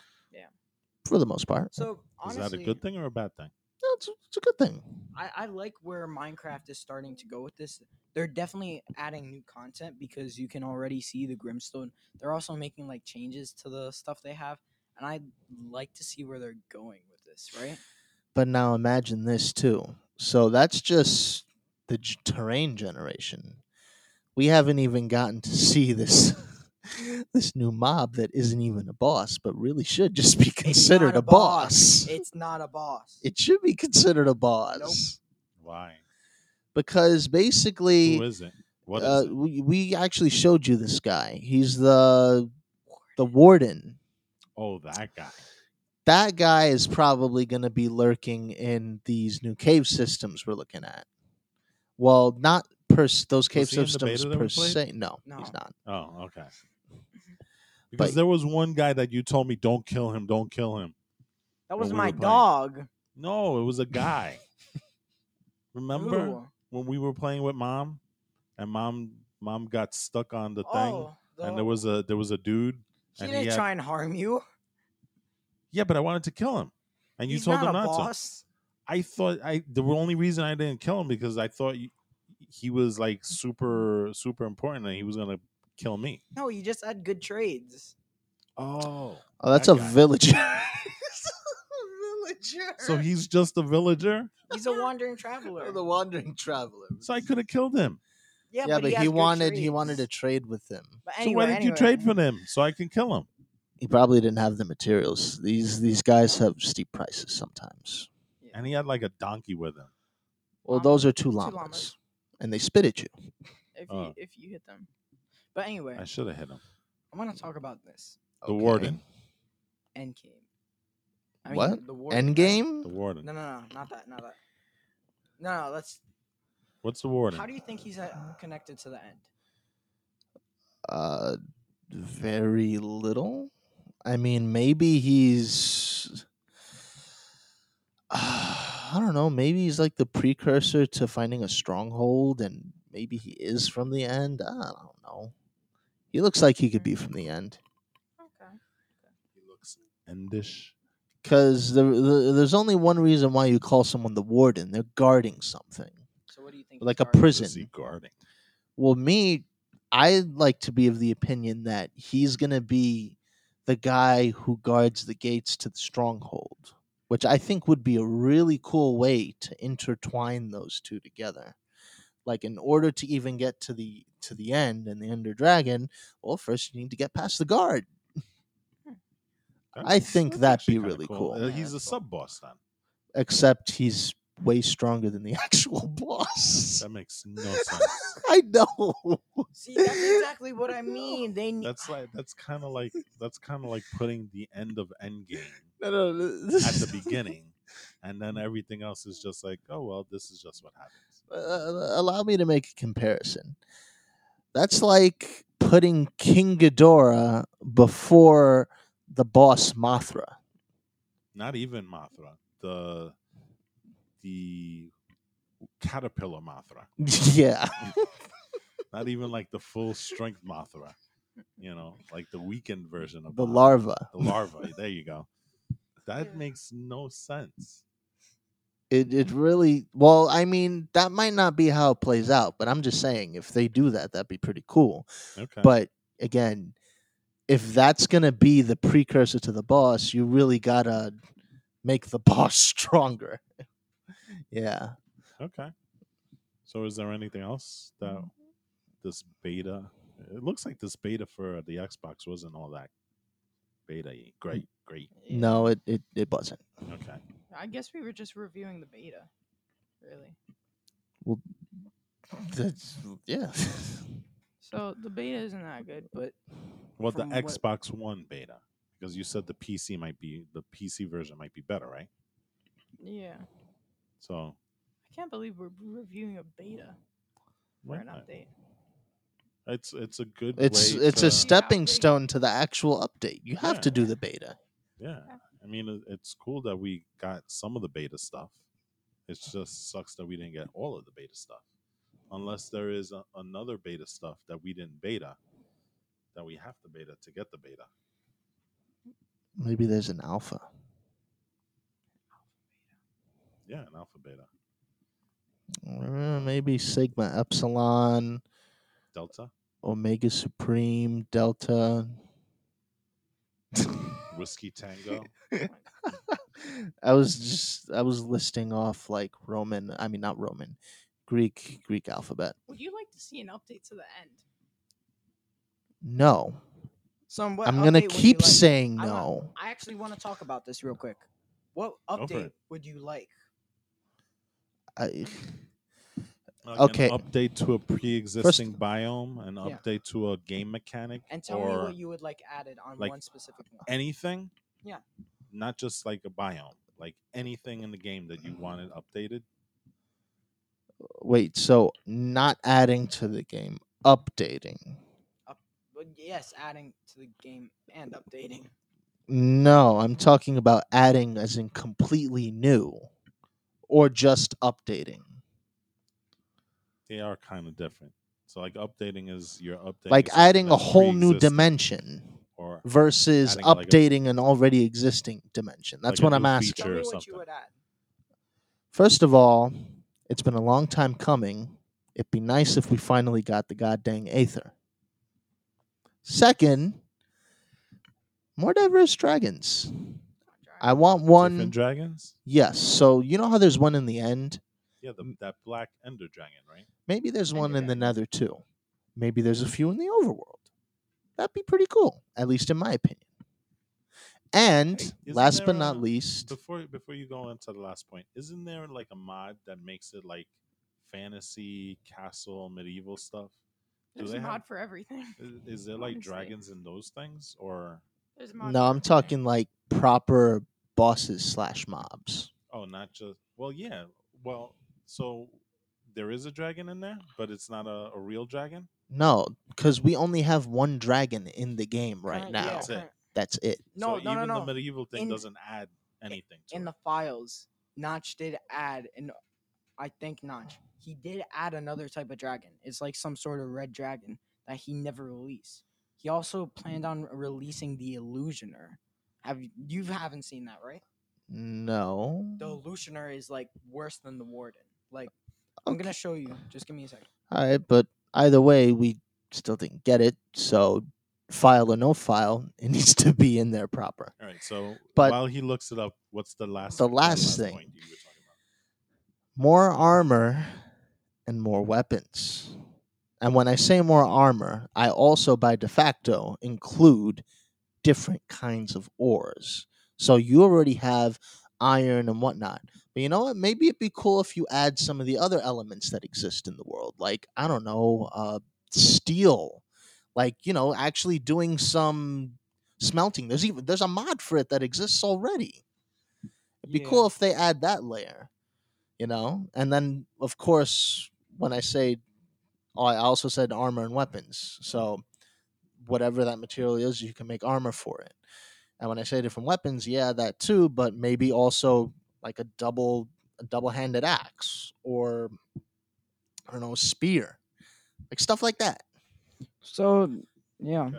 Speaker 2: for the most part.
Speaker 4: so
Speaker 1: Is
Speaker 4: honestly.
Speaker 1: that a good thing or a bad thing?
Speaker 2: That's it's a good thing.
Speaker 4: I, I like where Minecraft is starting to go with this. They're definitely adding new content because you can already see the Grimstone. They're also making like changes to the stuff they have, and I like to see where they're going with this. Right?
Speaker 2: But now imagine this too. So that's just the g- terrain generation. We haven't even gotten to see this this new mob that isn't even a boss, but really should just be considered
Speaker 4: not
Speaker 2: a,
Speaker 4: a boss.
Speaker 2: boss.
Speaker 4: It's not a boss.
Speaker 2: It should be considered a boss
Speaker 1: Why?
Speaker 2: because basically,
Speaker 1: Who is it? What is
Speaker 2: uh,
Speaker 1: it?
Speaker 2: we we actually showed you this guy. He's the the warden.
Speaker 1: Oh, that guy.
Speaker 2: That guy is probably going to be lurking in these new cave systems we're looking at. Well, not per s- those cave
Speaker 1: he in the
Speaker 2: systems
Speaker 1: beta that we
Speaker 2: per
Speaker 1: played?
Speaker 2: se. No, he's
Speaker 4: No.
Speaker 2: not.
Speaker 1: Oh, okay. Because
Speaker 2: But-
Speaker 1: there was one guy that you told me, don't kill him, don't kill him.
Speaker 4: That
Speaker 1: when
Speaker 4: was
Speaker 1: we
Speaker 4: my
Speaker 1: were playing.
Speaker 4: dog.
Speaker 1: No, it was a guy. Remember
Speaker 4: Ooh.
Speaker 1: when we were playing with mom and mom mom got stuck on the thing
Speaker 4: Oh,
Speaker 1: and
Speaker 4: the-
Speaker 1: there was a there was a dude
Speaker 4: He
Speaker 1: and he
Speaker 4: didn't
Speaker 1: had-
Speaker 4: try and harm you.
Speaker 1: yeah but i wanted to kill him and you
Speaker 4: He's
Speaker 1: told him
Speaker 4: not a
Speaker 1: not to
Speaker 4: boss.
Speaker 1: I thought I the only reason I didn't kill him because I thought y- he was like super super important and he was gonna kill me.
Speaker 4: No, you just had good trades.
Speaker 1: Oh,
Speaker 2: Oh, that's
Speaker 1: that
Speaker 2: a
Speaker 1: guy.
Speaker 2: villager. villager.
Speaker 1: So he's just a villager,
Speaker 4: He's a wandering traveler.
Speaker 2: Oh, the wandering traveler.
Speaker 1: so I could have killed him.
Speaker 4: yeah,
Speaker 2: yeah,
Speaker 4: but,
Speaker 2: but, he,
Speaker 4: has good
Speaker 2: wanted he wanted to
Speaker 4: trades.
Speaker 2: trade with them.
Speaker 4: But
Speaker 1: so why did you
Speaker 4: anyway,
Speaker 1: trade
Speaker 4: anyway.
Speaker 1: for them so I can kill him?
Speaker 2: He probably didn't have the materials. These these guys have steep prices sometimes.
Speaker 1: And he had like a donkey with him.
Speaker 2: Well,
Speaker 3: Llama-
Speaker 2: those are two
Speaker 3: llamas.
Speaker 2: llamas, and they spit at you.
Speaker 3: if
Speaker 2: uh,
Speaker 1: Oh.
Speaker 3: you if you hit them.
Speaker 4: But anyway,
Speaker 1: I should have hit him.
Speaker 4: I want to talk about this
Speaker 1: The warden,
Speaker 4: Endgame.
Speaker 2: What?
Speaker 4: The warden, right?
Speaker 1: the
Speaker 2: Endgame.
Speaker 1: warden.
Speaker 4: No, no, no, not that, not that. No, no, let's.
Speaker 1: What's the warden?
Speaker 4: How do you think he's uh, connected to the end?
Speaker 2: Uh, very little. I mean, maybe he's. I don't know. Maybe he's like the precursor to finding a stronghold, and maybe he is from the end. I don't know. He looks like he could be from the end
Speaker 3: Okay.
Speaker 1: he looks endish.
Speaker 2: because the, the, there's only one reason why you call someone the warden. They're guarding something.
Speaker 4: So what do you think?
Speaker 2: Like
Speaker 4: he's
Speaker 2: a
Speaker 4: guarding?
Speaker 1: Is
Speaker 2: prison.
Speaker 1: he guarding?
Speaker 2: Well, me, I like to be of the opinion that he's going to be the guy who guards the gates to the stronghold, which I think would be a really cool way to intertwine those two together. Like in order to even get to the to the end and the Ender Dragon, well, first you need to get past the guard.
Speaker 1: That's-
Speaker 2: I think
Speaker 1: that's
Speaker 2: that'd
Speaker 1: actually
Speaker 2: be
Speaker 1: kinda
Speaker 2: really cool.
Speaker 1: Uh,
Speaker 4: Yeah,
Speaker 1: he's a
Speaker 4: that's cool.
Speaker 1: sub boss then.
Speaker 2: Except he's way stronger than the actual boss.
Speaker 1: That makes no sense.
Speaker 2: I know.
Speaker 4: See, that's exactly what I mean. They need.
Speaker 1: That's like that's kind of like that's kind of like putting the end of Endgame
Speaker 2: No, no, no,
Speaker 1: at
Speaker 2: this-
Speaker 1: the beginning, and then everything else is just like, oh well, this is just what happens.
Speaker 2: uh, allow me to make a comparison. That's like putting King Ghidorah before the boss Mothra.
Speaker 1: not even Mothra. The the caterpillar Mothra.
Speaker 2: yeah.
Speaker 1: Not even like the full strength Mothra. You know, like the weakened version of
Speaker 2: The
Speaker 1: Mothra.
Speaker 2: larva.
Speaker 1: The larva. there you go. That
Speaker 3: Yeah.
Speaker 1: makes no sense.
Speaker 2: It it really well, I mean, that might not be how it plays out, but I'm just saying if they do that, that'd be pretty cool.
Speaker 1: Okay.
Speaker 2: But again, if that's gonna be the precursor to the boss, you really gotta make the boss stronger. yeah.
Speaker 1: okay. So is there anything else that
Speaker 4: Mm-hmm.
Speaker 1: this beta it looks like this beta for the Xbox wasn't all that beta great,
Speaker 4: Mm.
Speaker 1: great.
Speaker 3: Yeah.
Speaker 2: No, it, it, it wasn't.
Speaker 1: Okay.
Speaker 3: I guess we were just reviewing the beta. Really.
Speaker 2: That's yeah.
Speaker 3: So the beta isn't that good, but
Speaker 1: Well, the
Speaker 4: From what-
Speaker 1: Xbox One beta, because you said the PC might be the PC version might be better, right?
Speaker 3: yeah.
Speaker 1: So
Speaker 3: I can't believe we're reviewing a beta or
Speaker 1: why
Speaker 3: an
Speaker 1: not?
Speaker 3: update.
Speaker 1: it's it's a good.
Speaker 2: It's
Speaker 1: way
Speaker 2: it's
Speaker 1: to,
Speaker 2: a stepping
Speaker 3: big-
Speaker 2: stone to the actual update. You have to
Speaker 1: Yeah.
Speaker 2: do the beta.
Speaker 1: yeah. I mean, it- it's cool that we got some of the beta stuff. It just sucks that we didn't get all of the beta stuff, unless there is a, another beta stuff that we didn't beta, that we have to beta to get the beta.
Speaker 2: Maybe there's an alpha.
Speaker 1: Yeah, an alpha beta,
Speaker 2: Uh, Maybe sigma epsilon,
Speaker 1: delta,
Speaker 2: omega supreme, delta.
Speaker 1: whiskey tango.
Speaker 2: I was just I was listing off like Roman, I mean not Roman, Greek Greek alphabet.
Speaker 3: Would you like to see an update to the end?
Speaker 2: No.
Speaker 4: So what
Speaker 2: I'm going to
Speaker 4: update would you
Speaker 2: keep
Speaker 4: like?
Speaker 2: saying
Speaker 4: I want-
Speaker 2: no.
Speaker 4: I actually want to talk about this real quick. What
Speaker 1: for
Speaker 4: update
Speaker 1: it.
Speaker 4: would you like?
Speaker 2: I,
Speaker 1: Like
Speaker 2: Okay.
Speaker 1: An update to a pre-existing biome, an
Speaker 4: Yeah.
Speaker 1: update to a game mechanic,
Speaker 4: And tell
Speaker 1: or
Speaker 4: me what you would like added on
Speaker 1: like,
Speaker 4: one specific one.
Speaker 1: anything.
Speaker 4: Yeah.
Speaker 1: Not just like a biome, like anything in the game that you wanted updated.
Speaker 2: wait, so not adding to the game, updating.
Speaker 4: But yes, adding to the game and updating.
Speaker 2: No, I'm talking about adding as in completely new or just updating.
Speaker 1: They are kind of different. So like updating is you're updating
Speaker 2: like
Speaker 1: something
Speaker 2: adding a
Speaker 1: that's
Speaker 2: whole new
Speaker 1: pre-existing
Speaker 2: dimension
Speaker 1: or
Speaker 2: versus
Speaker 1: Adding like a-
Speaker 2: updating an already existing dimension. That's
Speaker 1: Like a
Speaker 2: what I'm
Speaker 1: new
Speaker 2: asking.
Speaker 1: feature.
Speaker 4: Tell me
Speaker 1: or
Speaker 4: what
Speaker 1: something.
Speaker 4: you would add.
Speaker 2: First of all, it's been a long time coming. It'd be nice if we finally got the goddamn Aether. Second, more diverse dragons. I want
Speaker 1: different
Speaker 2: one.
Speaker 1: dragons.
Speaker 2: Yes. So you know how there's one in the end?
Speaker 1: Yeah, the,
Speaker 2: Mm.
Speaker 1: that black ender dragon, right?
Speaker 2: Maybe there's
Speaker 4: Ender
Speaker 2: one in the
Speaker 4: dragon.
Speaker 2: nether too. Maybe there's a few in the overworld. That'd be pretty cool, at least in my opinion. And
Speaker 1: Hey, isn't
Speaker 2: last but
Speaker 1: there
Speaker 2: not
Speaker 1: a-
Speaker 2: least,
Speaker 1: Before before you go into the last point, isn't there like a mod that makes it like fantasy castle medieval stuff? Do
Speaker 3: There's
Speaker 1: they
Speaker 3: a mod
Speaker 1: have-
Speaker 3: for everything.
Speaker 1: Is, is there like
Speaker 3: Honestly.
Speaker 1: dragons in those things, or
Speaker 3: There's a mod
Speaker 2: no,
Speaker 3: for
Speaker 2: I'm
Speaker 3: everything.
Speaker 2: talking like proper bosses slash mobs.
Speaker 1: oh, not just? Well, yeah. Well, so there is a dragon in there, but it's not a, a real dragon.
Speaker 2: No, because we only have one dragon in the game right
Speaker 4: Current-
Speaker 2: now.
Speaker 4: yeah,
Speaker 1: That's it.
Speaker 4: current-
Speaker 2: That's it.
Speaker 4: No,
Speaker 1: so
Speaker 4: no, no,
Speaker 1: even
Speaker 4: no.
Speaker 1: the medieval thing
Speaker 4: In-
Speaker 1: doesn't add anything. To
Speaker 4: in
Speaker 1: it.
Speaker 4: the files, Notch did add an I think Notch. He did add another type of dragon. It's like some sort of red dragon that he never released. He also planned on releasing the Illusioner. Have you, you haven't seen that, right?
Speaker 2: No.
Speaker 4: The Illusioner is like worse than the Warden. Like I'm gonna show you. Just give me a second.
Speaker 2: All right, but either way, we still didn't get it. So, file or no file, it needs to be in there proper.
Speaker 1: All right. So
Speaker 2: But-
Speaker 1: while he looks it up, what's the last
Speaker 2: The
Speaker 1: what's
Speaker 2: last thing.
Speaker 1: point you were talking about?
Speaker 2: More armor and more weapons. And when I say more armor, I also by de facto include different kinds of ores. So you already have iron and whatnot. But you know what? Maybe it'd be cool if you add some of the other elements that exist in the world. Like, I don't know, uh, steel. Like, you know, actually doing some smelting. There's even there's a mod for it that exists already. It'd be cool if they add that layer, you know? And then, of course, when I say, oh, I also said armor and weapons. So, whatever that material is, you can make armor for it. And when I say different weapons, yeah, that too, but maybe also like a double a double-handed axe or I don't know, a spear. Like stuff like that.
Speaker 4: So yeah,
Speaker 1: Okay.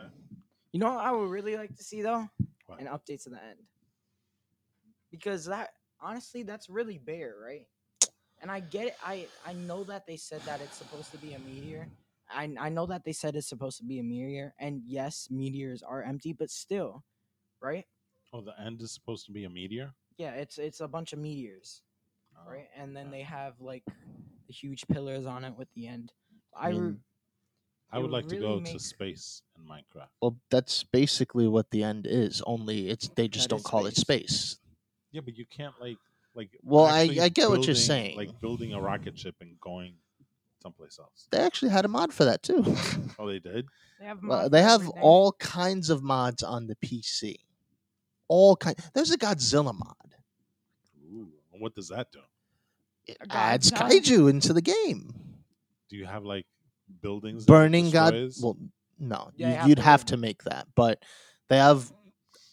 Speaker 4: you know what I would really like to see though,
Speaker 1: What?
Speaker 4: an update to the end, because that honestly that's really bare, right? And I get it. I I know that they said that it's supposed to be a meteor. I I know that they said it's supposed to be a meteor, and yes, meteors are empty, but still, right?
Speaker 1: Oh, the end is supposed to be a meteor.
Speaker 4: Yeah, it's it's a bunch of meteors.
Speaker 1: Oh,
Speaker 4: right? And then
Speaker 1: okay.
Speaker 4: they have like the huge pillars on it with the end. I,
Speaker 2: I
Speaker 1: Mm.
Speaker 4: re-
Speaker 2: mean-
Speaker 1: I
Speaker 4: It
Speaker 1: would
Speaker 4: would
Speaker 1: like to
Speaker 4: really
Speaker 1: go to
Speaker 4: make-
Speaker 1: space in Minecraft.
Speaker 2: Well, that's basically what the end is. Only it's they just
Speaker 4: That
Speaker 2: don't
Speaker 4: is
Speaker 2: call it
Speaker 4: space.
Speaker 2: space.
Speaker 1: Yeah, but you can't like like.
Speaker 2: Well, I-
Speaker 1: actually
Speaker 2: I get what you're
Speaker 1: building-
Speaker 2: saying.
Speaker 1: Like building a rocket ship and going someplace else.
Speaker 2: They actually had a mod for that too.
Speaker 1: Oh, they did.
Speaker 3: They have,
Speaker 2: Well,
Speaker 3: mods
Speaker 2: they
Speaker 3: for
Speaker 2: have
Speaker 3: everything.
Speaker 2: all kinds of mods on the PC. All kind. There's a Godzilla mod.
Speaker 1: Ooh, and what does that do?
Speaker 2: It
Speaker 3: A
Speaker 2: adds
Speaker 3: Godzilla.
Speaker 2: kaiju into the game.
Speaker 1: Do you have like buildings? that it
Speaker 2: Burning God.
Speaker 1: destroys?
Speaker 2: Well, no,
Speaker 4: Yeah, you
Speaker 2: you,
Speaker 4: have
Speaker 2: you'd
Speaker 4: to
Speaker 2: have
Speaker 4: win.
Speaker 2: to make that. But they have.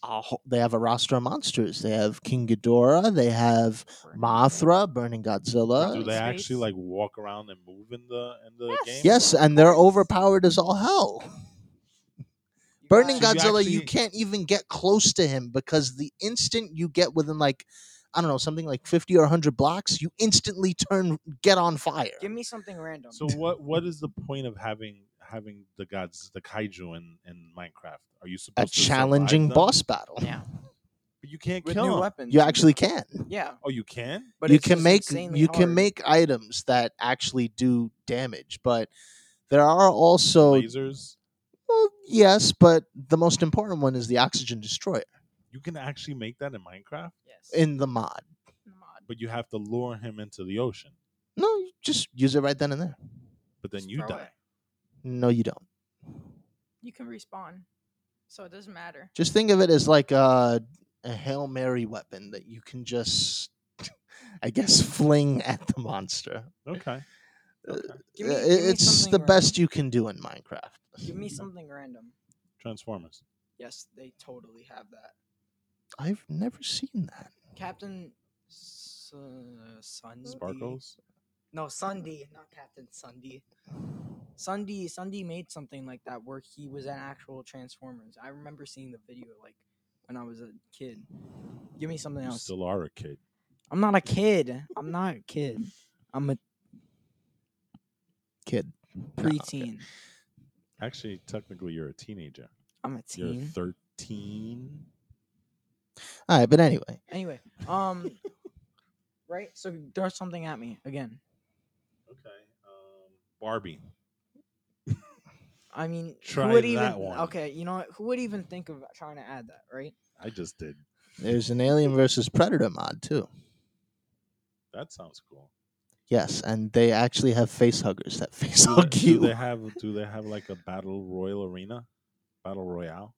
Speaker 2: A, whole- they have a roster of monsters. They have King Ghidorah. They have
Speaker 3: Burning
Speaker 2: Mothra, Burning Godzilla.
Speaker 1: do
Speaker 3: in
Speaker 1: they actually
Speaker 3: space.
Speaker 1: like walk around and move in the in the
Speaker 3: Yes.
Speaker 1: game?
Speaker 2: Yes, and they're overpowered as all hell.
Speaker 4: You
Speaker 2: Burning
Speaker 1: So
Speaker 4: guys-
Speaker 1: you
Speaker 2: Godzilla, you
Speaker 1: actually-
Speaker 2: can't even get close to him because the instant you get within like, I don't know, something like fifty or hundred blocks, you instantly turn, get on fire.
Speaker 4: Give me something random.
Speaker 1: So what what is the point of having having the gods the kaiju in in Minecraft? Are you
Speaker 2: A
Speaker 1: supposed to survive
Speaker 2: challenging
Speaker 1: them?
Speaker 2: boss battle.
Speaker 3: Yeah.
Speaker 1: But you can't
Speaker 4: with
Speaker 1: kill
Speaker 4: new
Speaker 1: them.
Speaker 4: weapons.
Speaker 2: You actually can.
Speaker 4: yeah,
Speaker 1: Oh, you can.
Speaker 4: but
Speaker 2: you
Speaker 4: it's
Speaker 2: can
Speaker 4: just
Speaker 2: make
Speaker 4: insanely
Speaker 2: you
Speaker 4: hard.
Speaker 2: can make items that actually do damage, but there are also
Speaker 1: Lasers.
Speaker 2: well, yes, but the most important one is the oxygen destroyer
Speaker 1: You can actually make that in Minecraft,
Speaker 3: Yes.
Speaker 2: in the mod.
Speaker 3: in the mod.
Speaker 1: but you have to lure him into the ocean.
Speaker 2: No, you just use it right then and there.
Speaker 1: But then
Speaker 3: Just
Speaker 1: you
Speaker 3: throw
Speaker 1: die.
Speaker 3: it.
Speaker 2: No, you don't.
Speaker 3: You can respawn, so it doesn't matter.
Speaker 2: Just think of it as like a, a hail mary weapon that you can just, I guess, fling at the monster.
Speaker 1: Okay.
Speaker 2: Uh,
Speaker 1: Okay.
Speaker 4: Give me,
Speaker 2: Uh,
Speaker 4: give me
Speaker 2: it's
Speaker 4: something
Speaker 2: the
Speaker 4: random.
Speaker 2: best you can do in Minecraft.
Speaker 4: Give me something random.
Speaker 1: Transformers.
Speaker 4: Yes, they totally have that.
Speaker 2: I've never seen that.
Speaker 4: Captain Sun Sundy.
Speaker 1: Sparkles.
Speaker 4: No, Sundy, not Captain Sundy. Sundy, Sundy made something like that where he was an actual Transformers. I remember seeing the video like when I was a kid. Give me something
Speaker 1: You
Speaker 4: else.
Speaker 1: still are a kid.
Speaker 4: I'm not a kid. I'm not a kid. I'm a
Speaker 2: Kid. No, okay.
Speaker 4: preteen.
Speaker 1: Actually, technically, you're a teenager.
Speaker 4: I'm a
Speaker 1: You're
Speaker 4: teen.
Speaker 1: 13.
Speaker 2: All right, but anyway,
Speaker 4: Anyway, um, right? So throw something at me again.
Speaker 1: Okay. Um, Barbie.
Speaker 4: I mean,
Speaker 1: Try
Speaker 4: who would
Speaker 1: that
Speaker 4: even?
Speaker 1: one.
Speaker 4: Okay, you know what? Who would even think of trying to add that? Right?
Speaker 1: I just did.
Speaker 2: there's an Alien versus Predator mod too.
Speaker 1: That sounds cool.
Speaker 2: Yes, and they actually have face huggers that face
Speaker 1: do they,
Speaker 2: hug
Speaker 1: do
Speaker 2: you.
Speaker 1: they have do they have like a battle royal arena? Battle royale?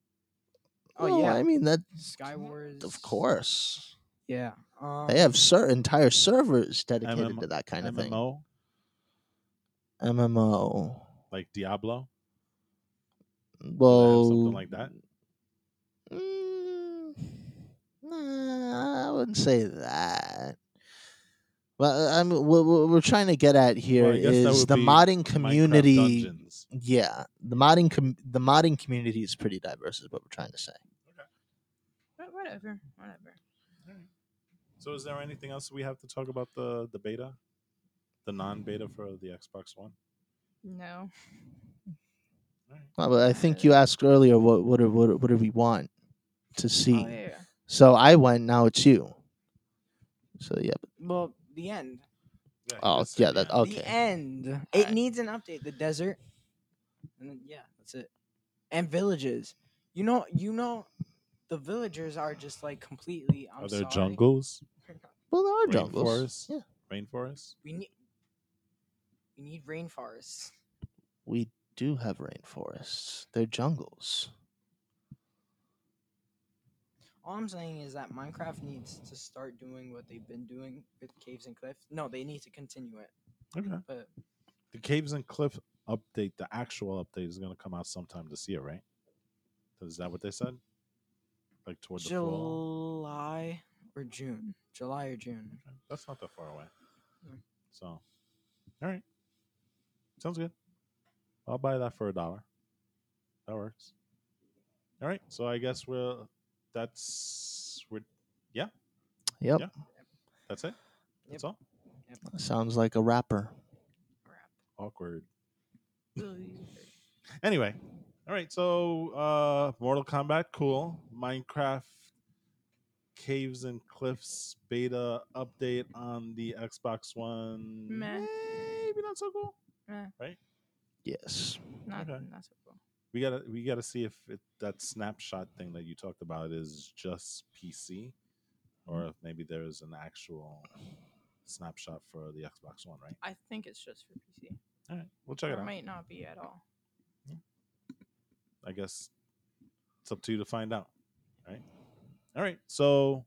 Speaker 4: Oh
Speaker 2: Well,
Speaker 4: yeah,
Speaker 2: I mean that
Speaker 4: Skywars.
Speaker 2: of course.
Speaker 4: Yeah. Um,
Speaker 2: They have cer entire servers dedicated
Speaker 1: MMO
Speaker 2: to that kind of thing.
Speaker 1: MMO?
Speaker 2: MMO.
Speaker 1: Like Diablo?
Speaker 2: Well,
Speaker 1: something like that?
Speaker 2: mm, nah, I wouldn't say that. Well, I- I'm what, what we're trying to get at here
Speaker 1: Well, I
Speaker 2: is
Speaker 1: guess that would
Speaker 2: the
Speaker 1: be
Speaker 2: modding
Speaker 1: Minecraft
Speaker 2: community.
Speaker 1: Dungeons.
Speaker 2: Yeah, the modding com- the modding community is pretty diverse, is what we're trying to say.
Speaker 3: But whatever, whatever.
Speaker 1: So is there anything else we have to talk about the the beta? The non beta for the Xbox One?
Speaker 3: No.
Speaker 2: Well, but I think you asked earlier what what do- what, do- what do we want to see?
Speaker 3: Oh yeah.
Speaker 2: So I went. Now it's you. So yeah. but-
Speaker 4: well, the end.
Speaker 1: Yeah,
Speaker 2: Oh
Speaker 1: that's it,
Speaker 2: yeah. That okay.
Speaker 4: The end. It
Speaker 3: Alright.
Speaker 4: needs an update. The desert. And then yeah, that's it. And villages. You know, you know, the villagers are just like completely. I'm
Speaker 1: Are there
Speaker 4: sorry.
Speaker 1: jungles?
Speaker 2: Well, there are jungles.
Speaker 1: Rainforests?
Speaker 2: Yeah.
Speaker 1: Rainforests?
Speaker 4: We need. We need rainforests.
Speaker 2: We do have rainforests. They're jungles.
Speaker 4: All I'm saying is that Minecraft needs to start doing what they've been doing with caves and cliffs. No, they need to continue it.
Speaker 1: Okay.
Speaker 4: But
Speaker 1: The Caves and Cliff update, the actual update is gonna come out sometime this year, right? Is that what they said? like toward the fall.
Speaker 4: July or June. July or June.
Speaker 1: Okay, That's not that far away.
Speaker 4: Yeah.
Speaker 1: So, all right, sounds good. I'll buy that for a dollar. That works. All right, so I guess we'll. That's we're,
Speaker 2: Yep.
Speaker 1: Yeah. that's it. That's all.
Speaker 2: Sounds like a rapper.
Speaker 3: Crap.
Speaker 1: Awkward.
Speaker 3: Ugh, these are-
Speaker 1: Anyway, all right. So, uh, Mortal Kombat, cool. Minecraft Caves and Cliffs beta update on the Xbox One.
Speaker 3: Meh.
Speaker 1: Maybe not so cool.
Speaker 3: Meh,
Speaker 2: Yes.
Speaker 3: not,
Speaker 1: Okay.
Speaker 3: not so cool.
Speaker 1: We gotta we gotta see if it, that snapshot thing that you talked about is just PC, or if maybe there is an actual snapshot for the Xbox One. Right.
Speaker 3: I think it's just for PC.
Speaker 1: All right. We'll check
Speaker 3: Or
Speaker 1: it
Speaker 3: It
Speaker 1: out.
Speaker 3: might not be at all.
Speaker 1: I guess it's up to you to find out. Right. All right. So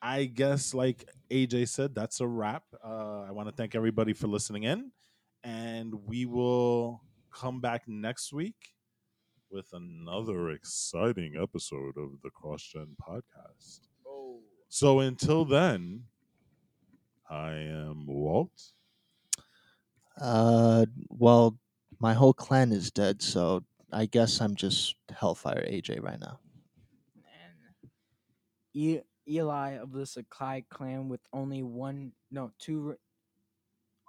Speaker 1: I guess, like AJ said, that's a wrap. Uh, I want to thank everybody for listening in, and we will come back next week with another exciting episode of the CrossGen podcast.
Speaker 4: Oh.
Speaker 1: So until then, I am Walt.
Speaker 2: Uh, well, my whole clan is dead, so I guess I'm just Hellfire AJ right now.
Speaker 3: And
Speaker 4: E- Eli of the Sakai clan with only one, no, two, re-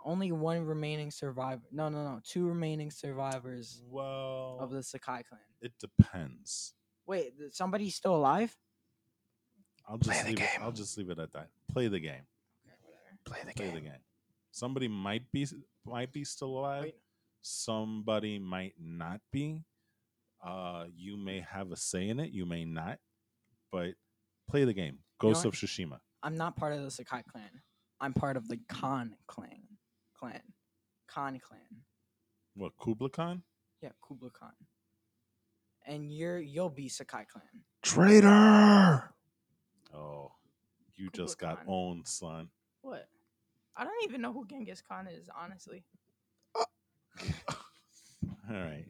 Speaker 4: only one remaining survivor. No, no, no, two remaining survivors of
Speaker 1: Well,
Speaker 4: the Sakai clan.
Speaker 1: it depends.
Speaker 4: Wait, th- somebody's still alive?
Speaker 1: I'll
Speaker 2: Play
Speaker 1: just
Speaker 2: the
Speaker 1: leave it.
Speaker 2: game.
Speaker 1: I'll just leave it at that. Play the game.
Speaker 4: Okay, whatever.
Speaker 2: Play the
Speaker 1: Play the game. Somebody might be might be still alive.
Speaker 4: Wait.
Speaker 1: Somebody might not be. Uh, you may have a say in it. You may not. But play the game.
Speaker 4: know
Speaker 1: Ghost
Speaker 4: what?
Speaker 1: of Tsushima.
Speaker 4: I'm not part of the Sakai clan. I'm part of the Khan clan. Clan. Khan clan.
Speaker 1: What Kubla Khan?
Speaker 4: Yeah, Kubla Khan. And you're you'll be Sakai clan.
Speaker 2: Traitor!
Speaker 1: Oh, you
Speaker 3: Kubla
Speaker 1: just got
Speaker 3: Khan.
Speaker 1: owned, son.
Speaker 3: what? I don't even know who Genghis Khan is, honestly.
Speaker 1: All right.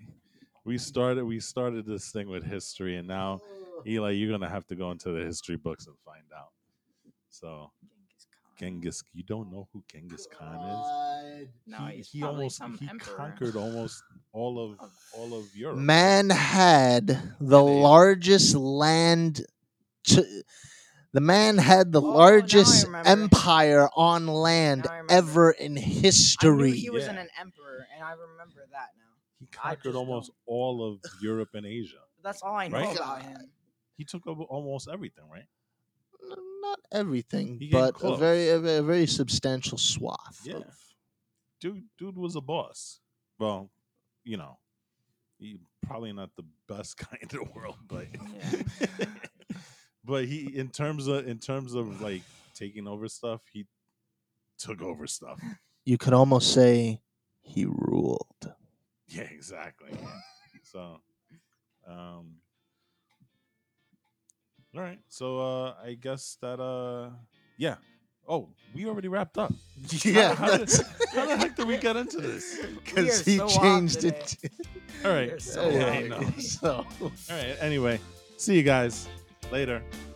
Speaker 1: We started. We started this thing with history, and now Eli, you're gonna have to go into the history books and find out. So
Speaker 3: Genghis Khan.
Speaker 1: Genghis, you don't know who Genghis Khan is?
Speaker 3: No,
Speaker 1: he,
Speaker 3: he's
Speaker 1: he
Speaker 3: probably
Speaker 1: almost
Speaker 3: some
Speaker 1: he
Speaker 3: emperor.
Speaker 1: conquered almost all of
Speaker 3: Of-
Speaker 1: all of Europe.
Speaker 2: Man had
Speaker 1: Asia.
Speaker 2: the largest land. To, the man had the
Speaker 3: Oh, now I
Speaker 2: largest
Speaker 4: remember.
Speaker 2: empire on land
Speaker 4: Now I remember.
Speaker 2: ever in
Speaker 4: I knew
Speaker 2: history.
Speaker 4: he was
Speaker 1: Yeah.
Speaker 4: an emperor, and I remember that now.
Speaker 1: he
Speaker 4: I
Speaker 1: conquered
Speaker 4: just
Speaker 1: almost
Speaker 4: don't.
Speaker 1: all of Europe and Asia.
Speaker 4: That's all I know
Speaker 1: Right?
Speaker 4: about him.
Speaker 1: He took over almost everything, right?
Speaker 2: N- not everything,
Speaker 1: He came
Speaker 2: but a
Speaker 1: close.
Speaker 2: very, a very, a very substantial swath.
Speaker 1: Yeah.
Speaker 2: of-
Speaker 1: Dude, dude was a boss. Well, you know, he probably not the best guy in the world, but but he in terms of in terms of like taking over stuff, he took over stuff.
Speaker 2: you could almost say he ruled.
Speaker 1: Yeah, exactly. so, um, all right. So uh, I guess that uh, yeah. Oh, we already wrapped up.
Speaker 2: Yeah,
Speaker 1: How, did-
Speaker 2: that's
Speaker 1: how the heck did we get into this?
Speaker 2: because
Speaker 4: are
Speaker 2: he
Speaker 4: so off
Speaker 2: changed
Speaker 4: today.
Speaker 2: it.
Speaker 1: All right.
Speaker 4: You're so
Speaker 1: Yeah, I
Speaker 4: off.
Speaker 1: know.
Speaker 2: so.
Speaker 1: All right. Anyway, see you guys later.